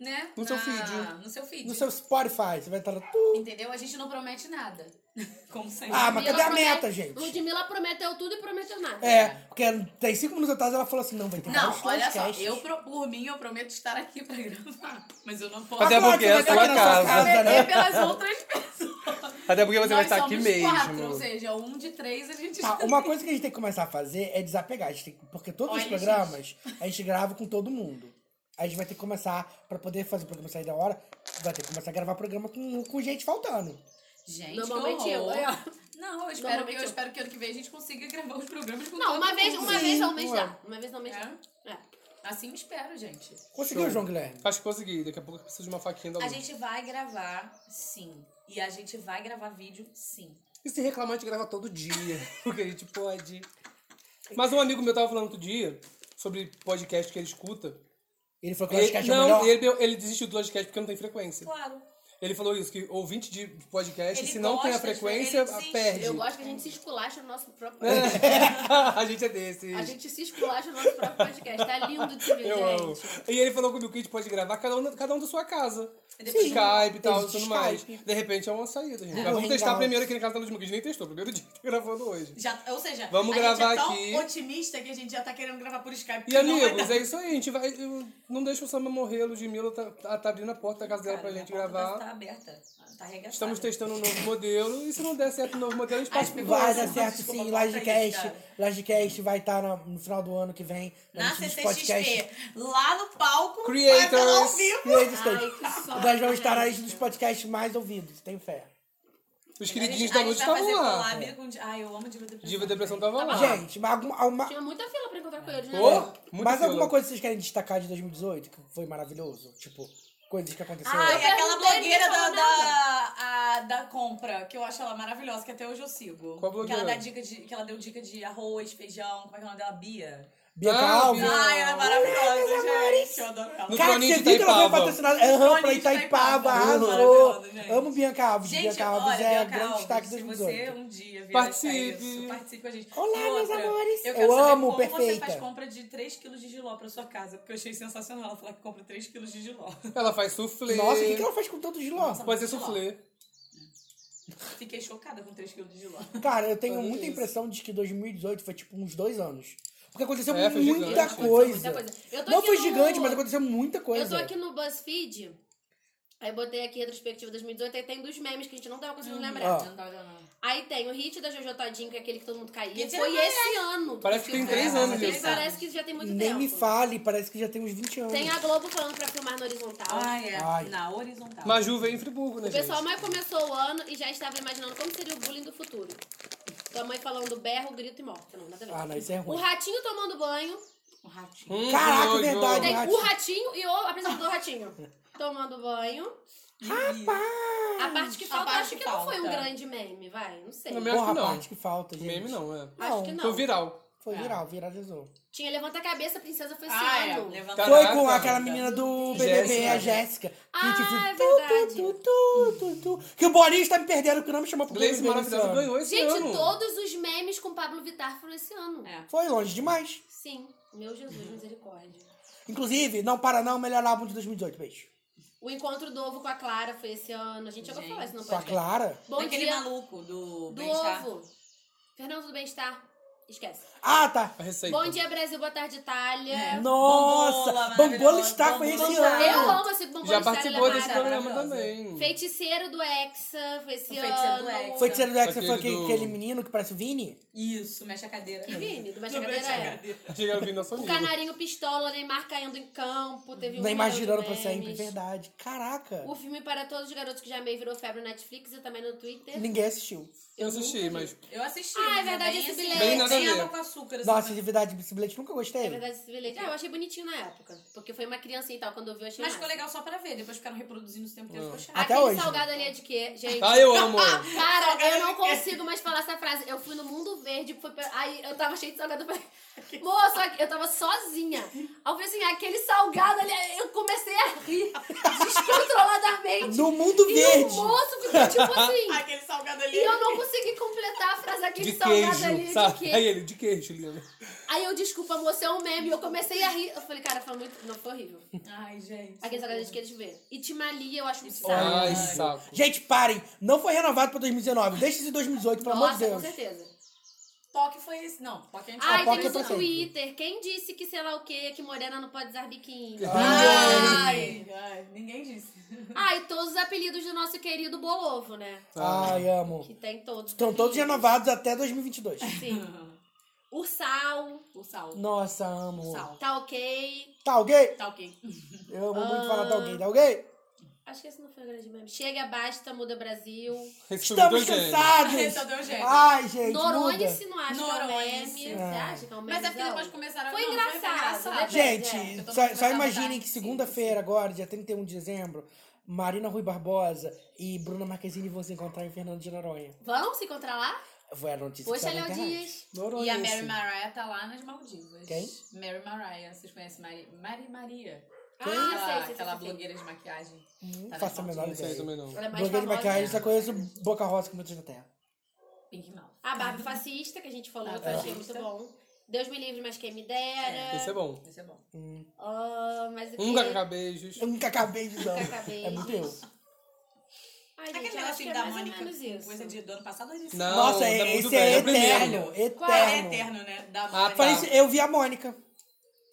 né? No seu Na- feed. No seu feed. No seu Spotify, você vai estar lá. tu. Entendeu? A gente não promete nada. Como sempre. Ah, mas cadê a promete- meta, gente? Ludmilla prometeu tudo e prometeu nada. É, porque tem cinco minutos atrás ela falou assim: não, vai ter Não, vários olha só, podcasts. eu, pro- por mim, eu prometo estar aqui pra gravar. Mas eu não posso Até Agora porque você é vai a estar sua aqui na sua casa. casa, né? prometer pelas outras pessoas. Até porque você Nós vai estar aqui somos mesmo. Quatro, ou seja, um de três a gente Tá, uma coisa que a gente tem que começar a fazer é desapegar. A gente tem que- porque todos os Olha, programas a gente grava com todo mundo. A gente vai ter que começar, pra poder fazer o programa sair da hora, vai ter que começar a gravar programa com, com gente faltando. Gente, Normalmente que horror. eu. Não, eu espero, que, Normalmente né? eu eu. espero que ano que vem a gente consiga gravar os programas com Não, todo uma vez, mundo. uma vez ao mês ué. dá. Uma vez ao mês dá. É? É. Assim eu espero, gente. Conseguiu, Show. João Guilherme? Acho que consegui. Daqui a pouco eu preciso de uma faquinha da A luz. gente vai gravar, sim. E a gente vai gravar vídeo, sim. E se reclamar, a gente grava todo dia. Porque a gente pode. Mas um amigo meu tava falando outro dia sobre podcast que ele escuta. Ele falou que o Ele, podcast é o não, melhor. ele, ele desistiu do podcast porque não tem frequência. Claro. Ele falou isso, que ouvinte de podcast, Ele se não tem a gosta de- frequência, ele desiste. perde. Eu gosto que a gente se esculacha no nosso próprio É. a gente é desse. A gente se esculacha no nosso próprio podcast. Tá lindo de ver, Eu amo. gente. E ele falou comigo que a gente pode gravar cada um, na- cada um da sua casa. depois- Skype e tal, Existe tudo mais. Skype. De repente é uma saída, gente. É, Mas o vamos testar Hangout. primeiro aqui na casa da Luz Miguel. A gente nem testou, primeiro dia que tá gravando hoje. Já, ou seja, Vamos a gravar gente é tão aqui. otimista que a gente já tá querendo gravar por Skype. E que não vai amigos, dar. é isso aí. A gente vai. eu- Não deixa o Samba morrer, a Ludmilla tá, tá, tá abrindo a porta da casa dela pra Cara, gente minha porta gravar. Tá aberta, tá arregaçada. Estamos testando um novo modelo. E se não der certo o novo modelo, a gente passa pro Vai próximo. dar certo desculpa, sim, corta isso, Lagecast. cara. Lagecast vai estar no, no final do ano que vem. um Na lista dos CCXP, lá no palco, vai pra lá ao Creators! vivo. Creative Ai, State. que sorte. Nós vamos estar na gente. lista dos podcasts mais ouvidos, tenho fé. Os A queridinhos gente- da a Luz gente vai estavam fazer lá. collab Tá com- Ai, eu amo Diva Depressão. Diva e Depressão tá tava Ah. lá. Gente, mas alguma, alguma- Tinha muita fila pra encontrar com eles, Tipo, né? Ô, muito mais fila. alguma coisa que vocês querem destacar de 2018 que foi maravilhoso? Tipo, coisas que aconteceram. Ai, é- Eu Ah, aquela perguntei, blogueira da, ninguém falou da, a- da compra, que eu acho ela maravilhosa, que até hoje eu sigo. Qual blogueira? Que ela, dá dica de, que ela deu dica de arroz, feijão, como é que é o nome dela? Bia. Bia Ah, Calvo. Bia. Ai, ela é maravilhosa, gente. Eu adoro ela. No Cara, Troninho você de viu que ela foi Itaipava. patrocinada? Aham, pra Troninho de Itaipava, Itaipava. arrasou. Maravilhosa, gente. Amo Bianca Alves. Gente, Bianca olha, Alves é Bianca grande Alves, destaque se dos você 2018. um dia vier Participe. achar isso, participe com a gente. Olá, E outra, meus amores. Eu, Eu quero saber amo, como você perfeita. faz compra de 3kg de giló pra sua casa, porque eu achei sensacional ela falar que compra 3kg de giló. Ela faz soufflé. Nossa, o que, que é ela faz com tanto giló? Nossa, Pode ser Sei lá. soufflé. Fiquei chocada com 3kg de giló. Cara, eu tenho Olha muita isso. impressão de que 2018 foi tipo uns dois anos. Porque aconteceu É, foi muita, gigante. coisa. Muita coisa. Eu tô Não aqui foi no- gigante, mas aconteceu muita coisa. Eu tô aqui no BuzzFeed. Aí botei aqui retrospectiva 2018, aí tem dos memes que a gente não tava conseguindo lembrar. Hum, Ó. Não tava dando. Aí tem o hit da Jojo Todinho, que é aquele que todo mundo caía. Que Foi tira- esse ano. Parece que tem fizeram, três anos mas isso. Parece que já tem muito Nem tempo. me fale, parece que já tem uns 20 anos. Tem a Globo falando pra filmar no horizontal. Ah, é. Ai. Na horizontal. Um Maju veio em Friburgo, é, né, O pessoal gente? mais começou o ano e já estava imaginando como seria o bullying do futuro. Tua mãe falando berro, grito e morte. Não, nada a ver. Ah, não, isso é o ruim. ratinho tomando banho. Um ratinho. Hum, Caraca, é que nojo. verdade. Tem ratinho. o ratinho e o apresentador ratinho. Tomando banho. A parte que falta, parte acho que que não foi um falta. grande meme, vai. Não sei. Não, meu- Porra, a não. parte que falta, gente. Meme não, é. Acho que Foi não. viral. Foi viral, viralizou. Tinha Levanta a Cabeça, Princesa foi assim, esse Ah, é. ano. Levanta Caraca. Foi com aquela menina do BBB, É. Jéssica. a Jéssica. que, Ah, tipo, é tu, tu, verdade. tu, tu, tu, tu. Que o Boninho está me perdendo, porque não me chamou pro Gleice BBB esse maravilhosa ano. ganhou esse Gente, ano. todos os memes com Pablo Vittar foram esse ano. É. Foi longe demais. Sim. Meu Jesus, misericórdia. Inclusive, Não Para Não, é melhor álbum de 2018, beijo. O encontro do ovo com a Clara foi esse ano. A gente chegou a falar isso no Com a podcast. Clara. Bom Daquele dia. maluco do, Do bem-estar. ovo. Fernando do Bem-Estar. Esquece. Ah, tá. A receita. Bom dia, Brasil. Boa tarde, Itália. É. Nossa, Bambola, Bambola maravilhosa, está com esse Bambola. Eu ano. amo esse bombom Já de participou Célia desse Lamar. programa maravilhosa. também. Feiticeiro do Hexa foi esse O Feiticeiro do ano. Hexa. Foi tirando do Hexa, foi Aquele aquele, do- aquele menino que parece o Vini? Isso, mexe a cadeira. Vini, do Do Baixa Cadeira mexe a é. cadeira. Chegaram vindo da sua O amiga. Canarinho Pistola, Neymar caindo em campo. Teve um Nem milhão de imaginando pra memes. sempre, verdade. Caraca. O filme para todos os garotos que já meio virou febre no Netflix e também no Twitter. Ninguém assistiu. Eu assisti, mas Eu assisti. Ah, é mas verdade, bem esse assim, bilhete. Bem nada a sem maneiro. água com açúcar. Nossa, assim, atividade de bilhete nunca gostei. É verdade, esse bilhete. Ah, eu achei bonitinho na época. Porque foi uma criança e tal. Quando eu vi, eu achei mas massa. ficou é? legal só pra ver. Depois ficaram reproduzindo o tempo inteiro. ficou chato. Até Aquele hoje. né? Tá salgado ali é de quê, gente? Ah, eu amo. Cara, eu não consigo mais falar essa frase. Eu fui no Mundo Verde, fui pra... aí eu tava cheio de salgado. eu falei, Moço, aqui- eu tava sozinha. Aí eu falei assim, aquele salgado ali, eu comecei a rir descontroladamente. No mundo E o verde. moço ficou tipo assim. Aquele salgado ali. E eu não consegui completar a frase aquele De salgado ali queijo, de sabe? quê? Aí ele, de queijo, lindo. Aí eu, desculpa, moço, é um meme. Eu comecei a rir. Eu falei, cara, foi muito. Não, foi horrível. Ai, gente. Aquele salgado de queijo verde. E timalia, eu acho um saco. Ai, saco. Gente, parem. Não foi renovado pra 2019. Deixa esse 2018, pelo amor de Nossa, com Deus. certeza. POC foi esse. Não, POC a gente Ai, A Poca teve eu no tô sempre. Twitter. Quem disse que sei lá o que, que morena não pode usar biquíni? Ah! Ai, ai, ninguém disse. Ai, todos os apelidos do nosso querido Bolovo, né? Ai, é. amo. Que tem todos. Estão todos renovados até 2022. Sim. Ursal. Ursal. Nossa, amo. Ursal. Tá ok. Tá alguém? Tá ok. Eu amo muito falar tá Ah. alguém. Tá alguém? Acho que esse não foi o grande meme. Chega, basta, muda Brasil. Esse filme Estamos do Eugênio. cansados. Esse é o do Eugênio. Ai, gente, Noronha muda. se não acha que é um Noronha, meme. sim. Você acha que é um meme? Mas é porque depois começaram a Foi não, engraçado, né? É, Gente, eu tô só, muito só à imaginem vontade, que sim, segunda-feira agora, dia 31 de dezembro, Marina Rui Barbosa e Bruna Marquezine vão se encontrar em Fernando de Noronha. Vão se encontrar lá? Foi a notícia que Poxa, saiu tá na Léo internet. Dias. Noronha, E a esse. Mary Mariah tá lá nas Maldivas. Quem? Mmary Mariah. Vocês conhecem Mari, Mari Maria? Quem? Aquela- Ah, sei, sei, sei, Aquela sei. blogueira de maquiagem. Não Tá faço Hum, a nas menor Não sei ideia. também não. Ela é mais Blogueira de famosa. maquiagem, só conheço Boca Rosa com Muitos da Terra. Pink Mouth. A Barbie fascista, que a gente falou, Ah, que eu achei muito fascista. bom. Deus me livre, mas quem me dera. Esse é bom. Isso é bom. Ah, mas o Um que- kkk beijos. Eu nunca acabei de dar. Cacabeijo. É muito eu. Ai, gente, Aquele eu acho que negocinho é da mais ou Mônica. menos isso. Coisa de, do ano passado ou desse Não, ano? Nossa, tá é- muito esse velho, é, é o primeiro. eterno. Qual é Eterno. eterno, né? Da tá. Falei Mônica. isso, eu vi a Mônica.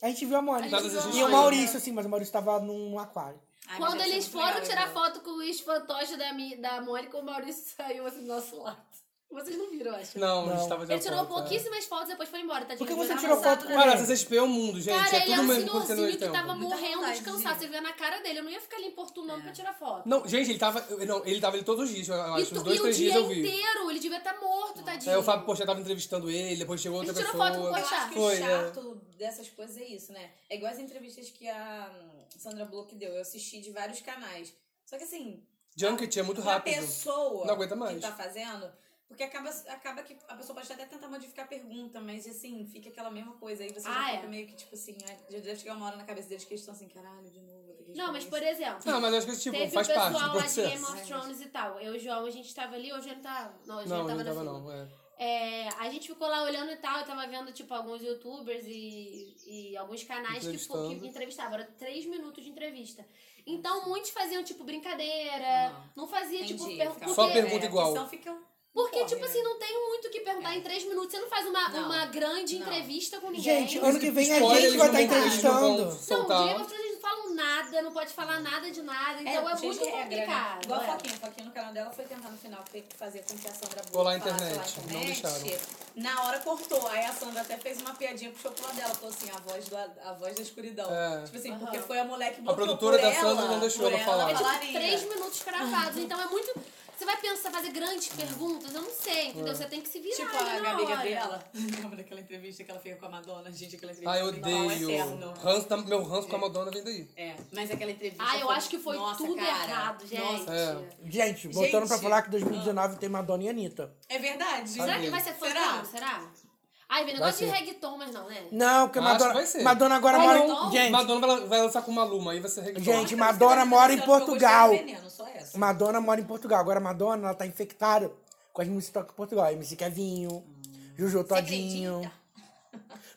A gente viu a Mônica. A gente viu Tá, Tá a E o Mônica. Maurício, assim, mas o Maurício tava num aquário. Ai, mas deve Quando ser assim, eles muito foram legal, tirar né? foto com os fantoches da, mi- da Mônica, o Maurício saiu assim do nosso lado. Vocês não viram, eu acho. Não, a Não. gente tava de Ele tirou acordo, é. pouquíssimas fotos e depois foi embora. Tá Por que diminuindo você a tirou nossa- foto com Cara, a CCXP é um mundo, gente. Cara, é ele tudo é um mesmo acontecendo ao senhorzinho mesmo que tempo. tava morrendo de É. vontade, cansaço. gente. Você via na cara dele, eu não ia ficar ali importunando pra tirar foto. Não, gente, ele tava. eu- Não, ele tava ali todos os dias, eu E, acho. tu- Uns dois, e o três dia dias eu vi. inteiro, ele devia estar morto, tadinho. É, o Fábio Porchat tava entrevistando ele, depois chegou outra Ele tirou pessoa. foto com o Eu acho que Foi, o é. chato dessas coisas é isso, né? É igual as entrevistas que a hum, Sandra Bullock deu. Eu assisti de vários canais. Só que assim, Junket é muito a rápido. pessoa Não aguenta mais. que tá fazendo, porque acaba, acaba que a pessoa pode até tentar modificar a pergunta, mas assim, fica aquela mesma coisa. Aí você Ah, já fica é. meio que tipo assim, ai, já deve chegar uma hora na cabeça deles que eles estão assim, caralho, de novo. é vou ter que Não, mas por responder exemplo. Não, mas eu acho que tipo, Teve faz o pessoal parte do lá de Game processo. of Thrones e tal. Eu e o João, a gente tava ali, hoje ele tá. Não, hoje Não, ele não tava na tava fila. não. é. É, a gente ficou lá olhando e tal, eu tava vendo, tipo, alguns youtubers e, e alguns canais que, fo- que Entrevistando. entrevistavam. Era três minutos de entrevista. Então, muitos faziam, tipo, brincadeira. Ah, Não fazia, tipo, entendi, pergunta. ficava- Só pergunta igual. Porque, senão fica- Porque, Porra, tipo né? assim, não tem muito o que perguntar em três minutos. Você não faz uma, Não. uma grande Não. entrevista com ninguém. Gente, ano que vem a Spoiler, gente vai estar eles não- eles não vão entrevistando. Não, tá soltar. Game of Thrones eles não falam nada, não pode falar nada de nada. Então é, gente, muito regra, né? complicado. Igual a é. Foquinha. A Foquinha no canal dela foi tentar no final fe- fazer com que a Sandra Bullock Colar a falasse internet, lá a não Na hora cortou. Aí a Sandra até fez uma piadinha, puxou pro lado dela. Falou assim, a voz, do, a voz da escuridão. É. Tipo assim, Aham. porque foi a mulher que botou produtora por da ela, Sandra não deixou por ela falar. É tipo falaria. três minutos cravados. Então é muito. Você vai pensar, fazer grandes perguntas? Eu não sei, entendeu? Você tem que se virar. Tipo ali a na Gabi hora. Gabriela. Lembra daquela entrevista que ela fez com a Madonna? Gente, aquela entrevista. Ah, eu foi igual é ao odeio. eterno. Ranço da- meu ranço com a Madonna vem daí. É. Mas aquela entrevista. Ah, eu acho que foi Nossa, tudo cara. errado, gente. Nossa. É. Gente, voltando pra Gente. falar que 2019 tem Madonna e Anitta. É verdade. Será que vai ser Será? fantão? Será? Ai, vem Vai negócio de ser. reggaeton, mas não, né? Não, porque Acho Madonna, que vai ser. Madonna agora Vai mora não? em. Gente, Madonna vai, vai lançar com uma Luma, aí vai ser reggaeton. Gente, Acho que Madonna eu gostei mora em dessa música, Portugal. eu gostei do Veneno, só essa. Madonna mora em Portugal. Agora a Madonna, ela tá infectada com as músicas que tocam em Portugal. MC Kevinho, Juju Todinho.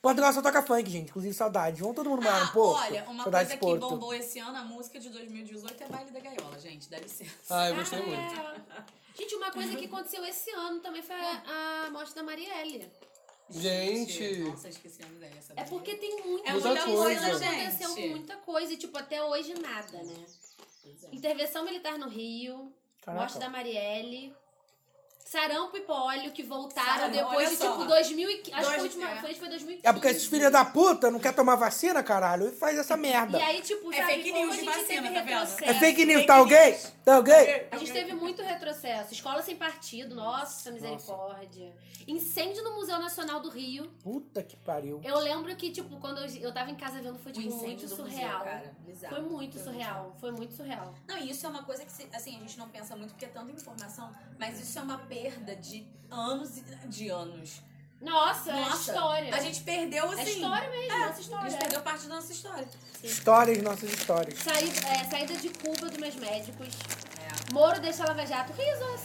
Portugal só toca funk, gente. Inclusive, saudade. Vamos todo mundo morar no Ah, Porto? olha, uma coisa saudade de que Porto. bombou esse ano, a música de 2018 é Baile da Gaiola, gente, dá licença. Ah, eu gostei Ah, muito. é. Gente, uma coisa que aconteceu esse ano também foi a, a morte da Marielle. Gente. Nossa, esquecemos dela. essa É música. porque tem muita, É muita coisa, coisa, aconteceu gente. é. muita coisa e, tipo, até hoje nada, né? Intervenção militar no Rio, Caraca. morte da Marielle. Sarampo e polio que voltaram Sarampo, depois olha de só. tipo 2015. Acho que Dois- a última é. vez foi 2015. É porque esses filhos da puta não querem tomar vacina, caralho, e faz essa E merda. aí, tipo, É sabe, fake como news a de gente vacina, teve tá vendo? retrocesso. É fake news, tá alguém? Tá alguém? A gente teve muito retrocesso. Escola sem partido, nossa misericórdia. Incêndio no Museu Nacional do Rio. Puta que pariu. Eu lembro que, tipo, quando eu, eu tava em casa vendo O Um futebol, muito incêndio do surreal. museu, cara. Bizarro. Foi muito Foi surreal, foi muito surreal. Não, e isso é uma coisa que, se- assim, a gente não pensa muito porque é tanta informação, mas isso é uma perda de anos e de anos. Nossa, Nossa, é história. A gente perdeu, é assim... história mesmo, nossa A história. gente perdeu parte da nossa história. Histórias, nossas histórias. Saí- é, saída de Cuba dos meus médicos. É. Moro deixa Lava Jato. Risos.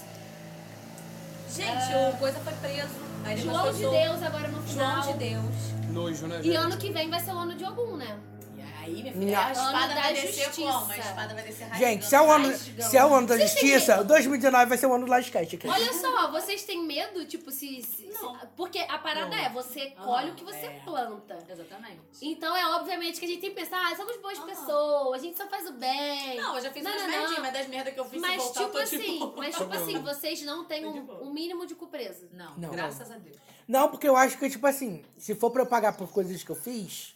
Gente, o Coisa foi preso. Aí depois João de soltou. Deus agora no João de final. Deus. Nojo, né, Ah, é. E gente? ano que vem vai ser o ano de algum, né? E aí, minha filha, A a espada da vai descer justiça. como? A espada vai descer raizando. Gente, se é um o ano, rasgando. se é o ano da Vocês têm justiça, 2019 vai ser o ano do Lascast aqui. Olha só, vocês têm medo, tipo, se. se- Não. se- porque a parada é, você Aham, colhe o que você é. planta. Exatamente. Então é obviamente que a gente tem que pensar, ah, somos boas Aham. pessoas, a gente só faz o bem. Não, eu já fiz Não, umas não, merdinhas, não. mas das merdas que eu fiz, se mas voltar, eu tipo tô de assim, boa. mas Tô tipo assim, vocês não têm Tô de um, boa. um mínimo de cupresa. Não, Não. graças a Deus. Não, porque eu acho que, tipo assim, se for pra eu pagar por coisas que eu fiz,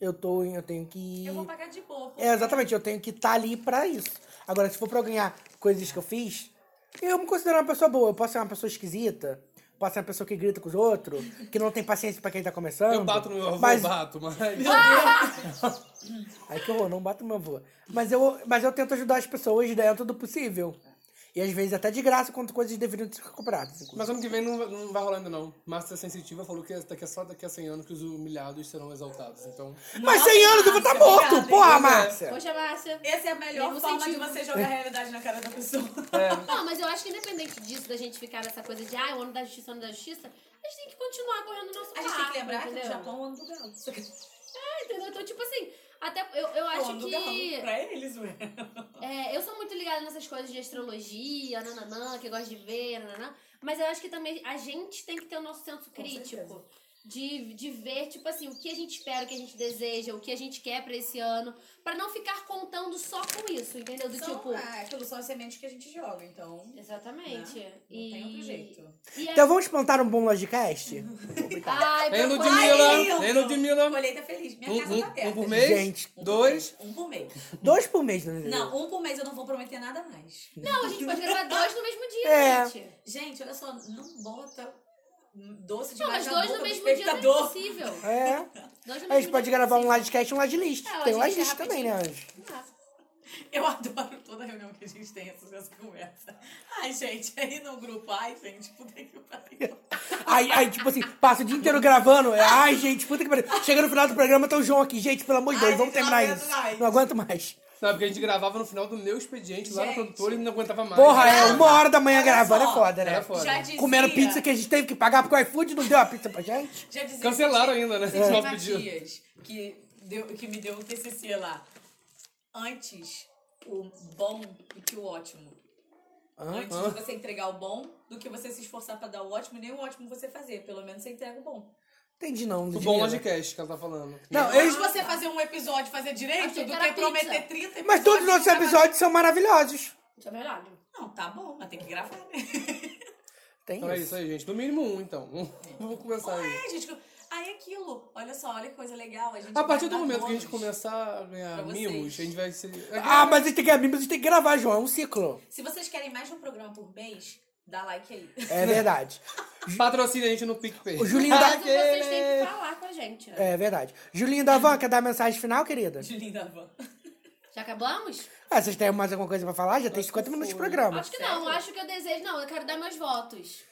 eu tô, eu tenho que. Eu vou pagar de boa. porque- É, exatamente, eu tenho que estar ali pra isso. Agora, se for pra eu ganhar coisas que eu fiz, eu me considero uma pessoa boa. Eu posso ser uma pessoa esquisita, posso ser uma pessoa que grita com os outros, que não tem paciência pra quem tá começando. Eu bato no meu avô, mas... bato, mas... Ah, Ai, que horror, não bato no meu avô. Mas eu, mas eu tento ajudar as pessoas dentro do possível. E às vezes até de graça, quando coisas deveriam ser recuperadas. inclusive. Mas ano que vem não, não vai rolar ainda, não. Márcia Sensitiva falou que daqui a, só daqui a 100 anos que os humilhados serão exaltados, então... Mas 100 anos eu vou estar Márcia, morto, obrigada, porra, hein? Márcia! Poxa, Márcia. Essa é a melhor Mesmo forma sentido. de você jogar a realidade na cara da pessoa. Não, mas eu acho que independente disso, da gente ficar nessa coisa de ah, o ano da justiça, o ano da justiça, a gente tem que continuar correndo o nosso A barco, gente tem que lembrar que entendeu? no Japão é o ano do galo. Ah, entendeu? Então, tipo assim, até eu, eu É o acho ano do galo. que... Pra eles, ué. É, eu sou muito ligada nessas coisas de astrologia, nananã, que eu gosto de ver, nananã. Mas eu acho que também a gente tem que ter o nosso senso crítico. De, de ver, tipo assim, o que a gente espera, o que a gente deseja, o que a gente quer pra esse ano. Pra não ficar contando só com isso, entendeu? Do São, tipo... ah, aquilo são as sementes que a gente joga, então. Não Exatamente. e... tem outro jeito. E é Então vamos plantar um bom logicast? Ai, Vem, procura- Ai, Ludmilla! Hilton! Vem, Ludmilla! Colheita feliz. Minha Um, casa tá um, aberta. um por gente. mês, Gente. dois... Um por mês. Dois por mês, né? Não, um por mês eu não vou prometer nada mais. Não, a gente pode gravar dois no mesmo dia, É. gente. Gente, olha só, não bota doce de Não, mas baixo dois no do mesmo dia não é espectador. impossível. É. Dois no A gente mesmo pode dia é gravar um impossível. livecast e um livecast. É, o Tem um livecast é livecast também, né, Anjo? Ah. Eu adoro toda reunião que a gente tem, essas coisas que conversa. Ai, gente, aí no grupo, ai, gente, puta que pariu. Aí, aí, tipo assim, passa o dia inteiro gravando. é, Ai, gente, puta que pariu. Chega no final do programa, tá o João aqui. Gente, pelo amor de Deus, Ai, vamos não terminar aguento isso. mais. Não aguento mais. Sabe, porque a gente gravava no final do meu expediente lá na Gente. produtora e não aguentava mais. Porra, é uma hora da manhã Olha gravando, só. é foda, né? Era foda. Já dizia. Comendo pizza que a gente teve que pagar porque o iFood não deu a pizza pra gente. Já dizia Cancelaram Cid- ainda, né, Cid esse nosso Matias, que, deu, que me deu um TCC lá. Antes, o bom do que o ótimo. Antes de você entregar o bom, do que você se esforçar pra dar o ótimo, nem o ótimo você fazer. Pelo menos você entrega o bom. Entendi não, O Ludmilla. bom logicast que ela tá falando. Não, Antes eu... de você fazer um episódio e fazer direito, Achei que do era que prometer pizza. 30 episódios. Mas todos os nossos você vai- episódios são maravilhosos. Isso é verdade. Não, tá bom, mas tem que gravar, né? Tem Então é isso. isso aí, gente. No mínimo um, então. Vamos começar aí. É, gente. Aí aquilo, olha só, olha que coisa legal. A, gente A partir vai do dar momento que a gente bônus. começar a ganhar Pra vocês. mimos, a gente vai ser... Ah, mas a gente tem que abrir, mas a gente tem que gravar, João. É um ciclo. Se vocês querem mais de um programa por mês, dá like aí. É verdade. Patrocina a gente no PicPay. O Julinho Mas da... vocês têm que falar com a gente, né? É verdade. Julinho da Van, quer dar a mensagem final, querida? Julinho da Van. Já acabamos? Ah, vocês têm mais alguma coisa pra falar? Já tem 50 minutos de programa. Acho que não, acho que eu desejo. Não, eu quero dar meus votos.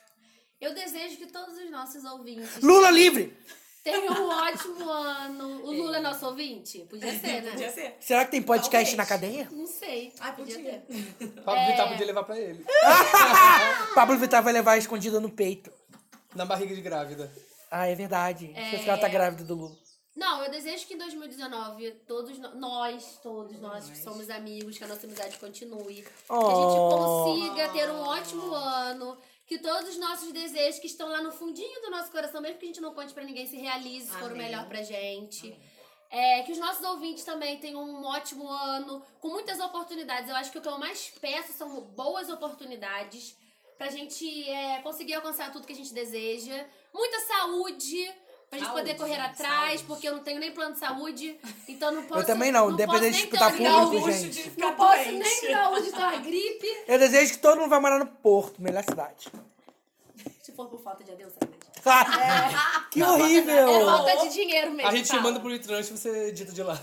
Eu desejo que todos os nossos ouvintes Lula livre! tenham um ótimo ano. O Lula é nosso ouvinte? Podia ser, né? Podia ser. Será que tem Talvez. podcast na cadeia? Não sei. Ah, podia podia. ter. Pablo É. Vittar podia levar pra ele. Pablo Vittar vai levar escondida no peito. Na barriga de grávida. Ah, é verdade. Esqueci que ela tá grávida do Lula. Não, eu desejo que em 2019 todos no- nós, todos nós que somos amigos, que a nossa amizade continue. Oh. Que a gente consiga ter um ótimo ano. Que todos os nossos desejos que estão lá no fundinho do nosso coração, mesmo que a gente não conte pra ninguém, se realize, se for o Amém. melhor pra gente. É, que os nossos ouvintes também tenham um ótimo ano, com muitas oportunidades. Eu acho que o que eu mais peço são boas oportunidades. pra gente é, conseguir alcançar tudo que a gente deseja. Muita saúde, pra gente Saúde, poder correr gente, atrás, saúde. porque eu não tenho nem plano de saúde, então não posso. também não, dependendo posso de nem disputar ter o público, grau- gente. de ficar Não posso doente. nem dar hoje da é gripe, Eu desejo que todo mundo vá morar no Porto, melhor cidade. se for por falta de adeus, sabe? Ah, que É horrível! falta de dinheiro mesmo. A gente fala. manda pro Litrans e você edita de lá.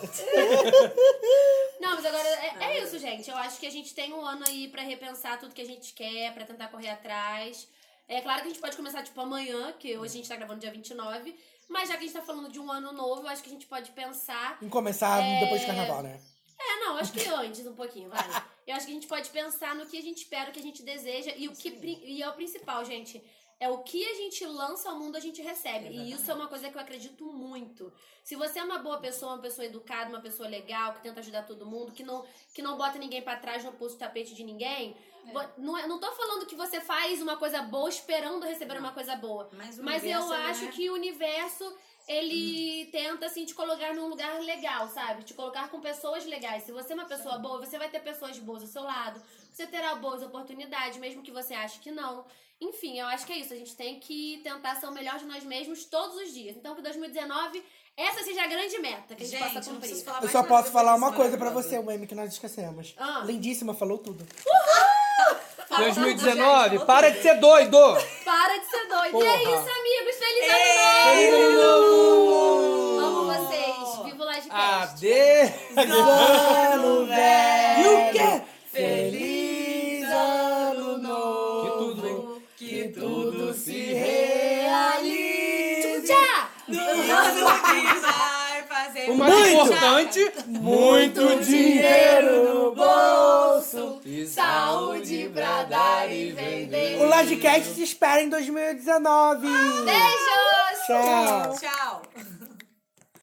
Não, mas agora é, é isso, gente. Eu acho que a gente tem um ano aí pra repensar tudo que a gente quer, pra tentar correr atrás. É claro que a gente pode começar, tipo, amanhã, que hoje a gente tá gravando dia 29. Mas já que a gente tá falando de um ano novo, eu acho que a gente pode pensar. Vamos começar É. depois de carnaval, né? É, não, acho que antes um pouquinho, vai. Eu acho que a gente pode pensar no que a gente espera, o que a gente deseja. E o que pri- e é o principal, gente. É o que a gente lança ao mundo, a gente recebe. E isso é uma coisa que eu acredito muito. Se você é uma boa pessoa, uma pessoa educada, uma pessoa legal, que tenta ajudar todo mundo, que não, que não bota ninguém pra trás, não puxa o tapete de ninguém, vo- não, é- não tô falando que você faz uma coisa boa esperando receber uma coisa boa. Mas, o Mas eu universo, né? acho que o universo, ele tenta, assim, te colocar num lugar legal, sabe? Te colocar com pessoas legais. Se você é uma pessoa boa, você vai ter pessoas boas ao seu lado. Você terá boas oportunidades, mesmo que você ache que não. Enfim, eu acho que é isso. A gente tem que tentar ser o melhor de nós mesmos todos os dias. Então, que 2019, essa seja a grande meta que a gente, Gente, possa não cumprir. preciso falar Eu mais só nada posso sobre falar isso, uma coisa pra maravilhoso. você, o meme que nós esquecemos. né? Ah. Lindíssima, falou tudo. Fala, 2019, gente, para de ser doido! Para de ser doido. E é Porra. isso, amigos. Feliz ano novo! Feliz ano novo! Ah, Amo vocês. Viva o Livecast. Adeus! Ano velho! E o quê? Feliz ano novo. Que tudo, hein? Que tudo se realize! Tchau! que vai fazer O mais Muito. importante, muito dinheiro no bolso e saúde pra dar e vender. O Lodcast te espera em 2019! Beijos! Tchau! Tchau.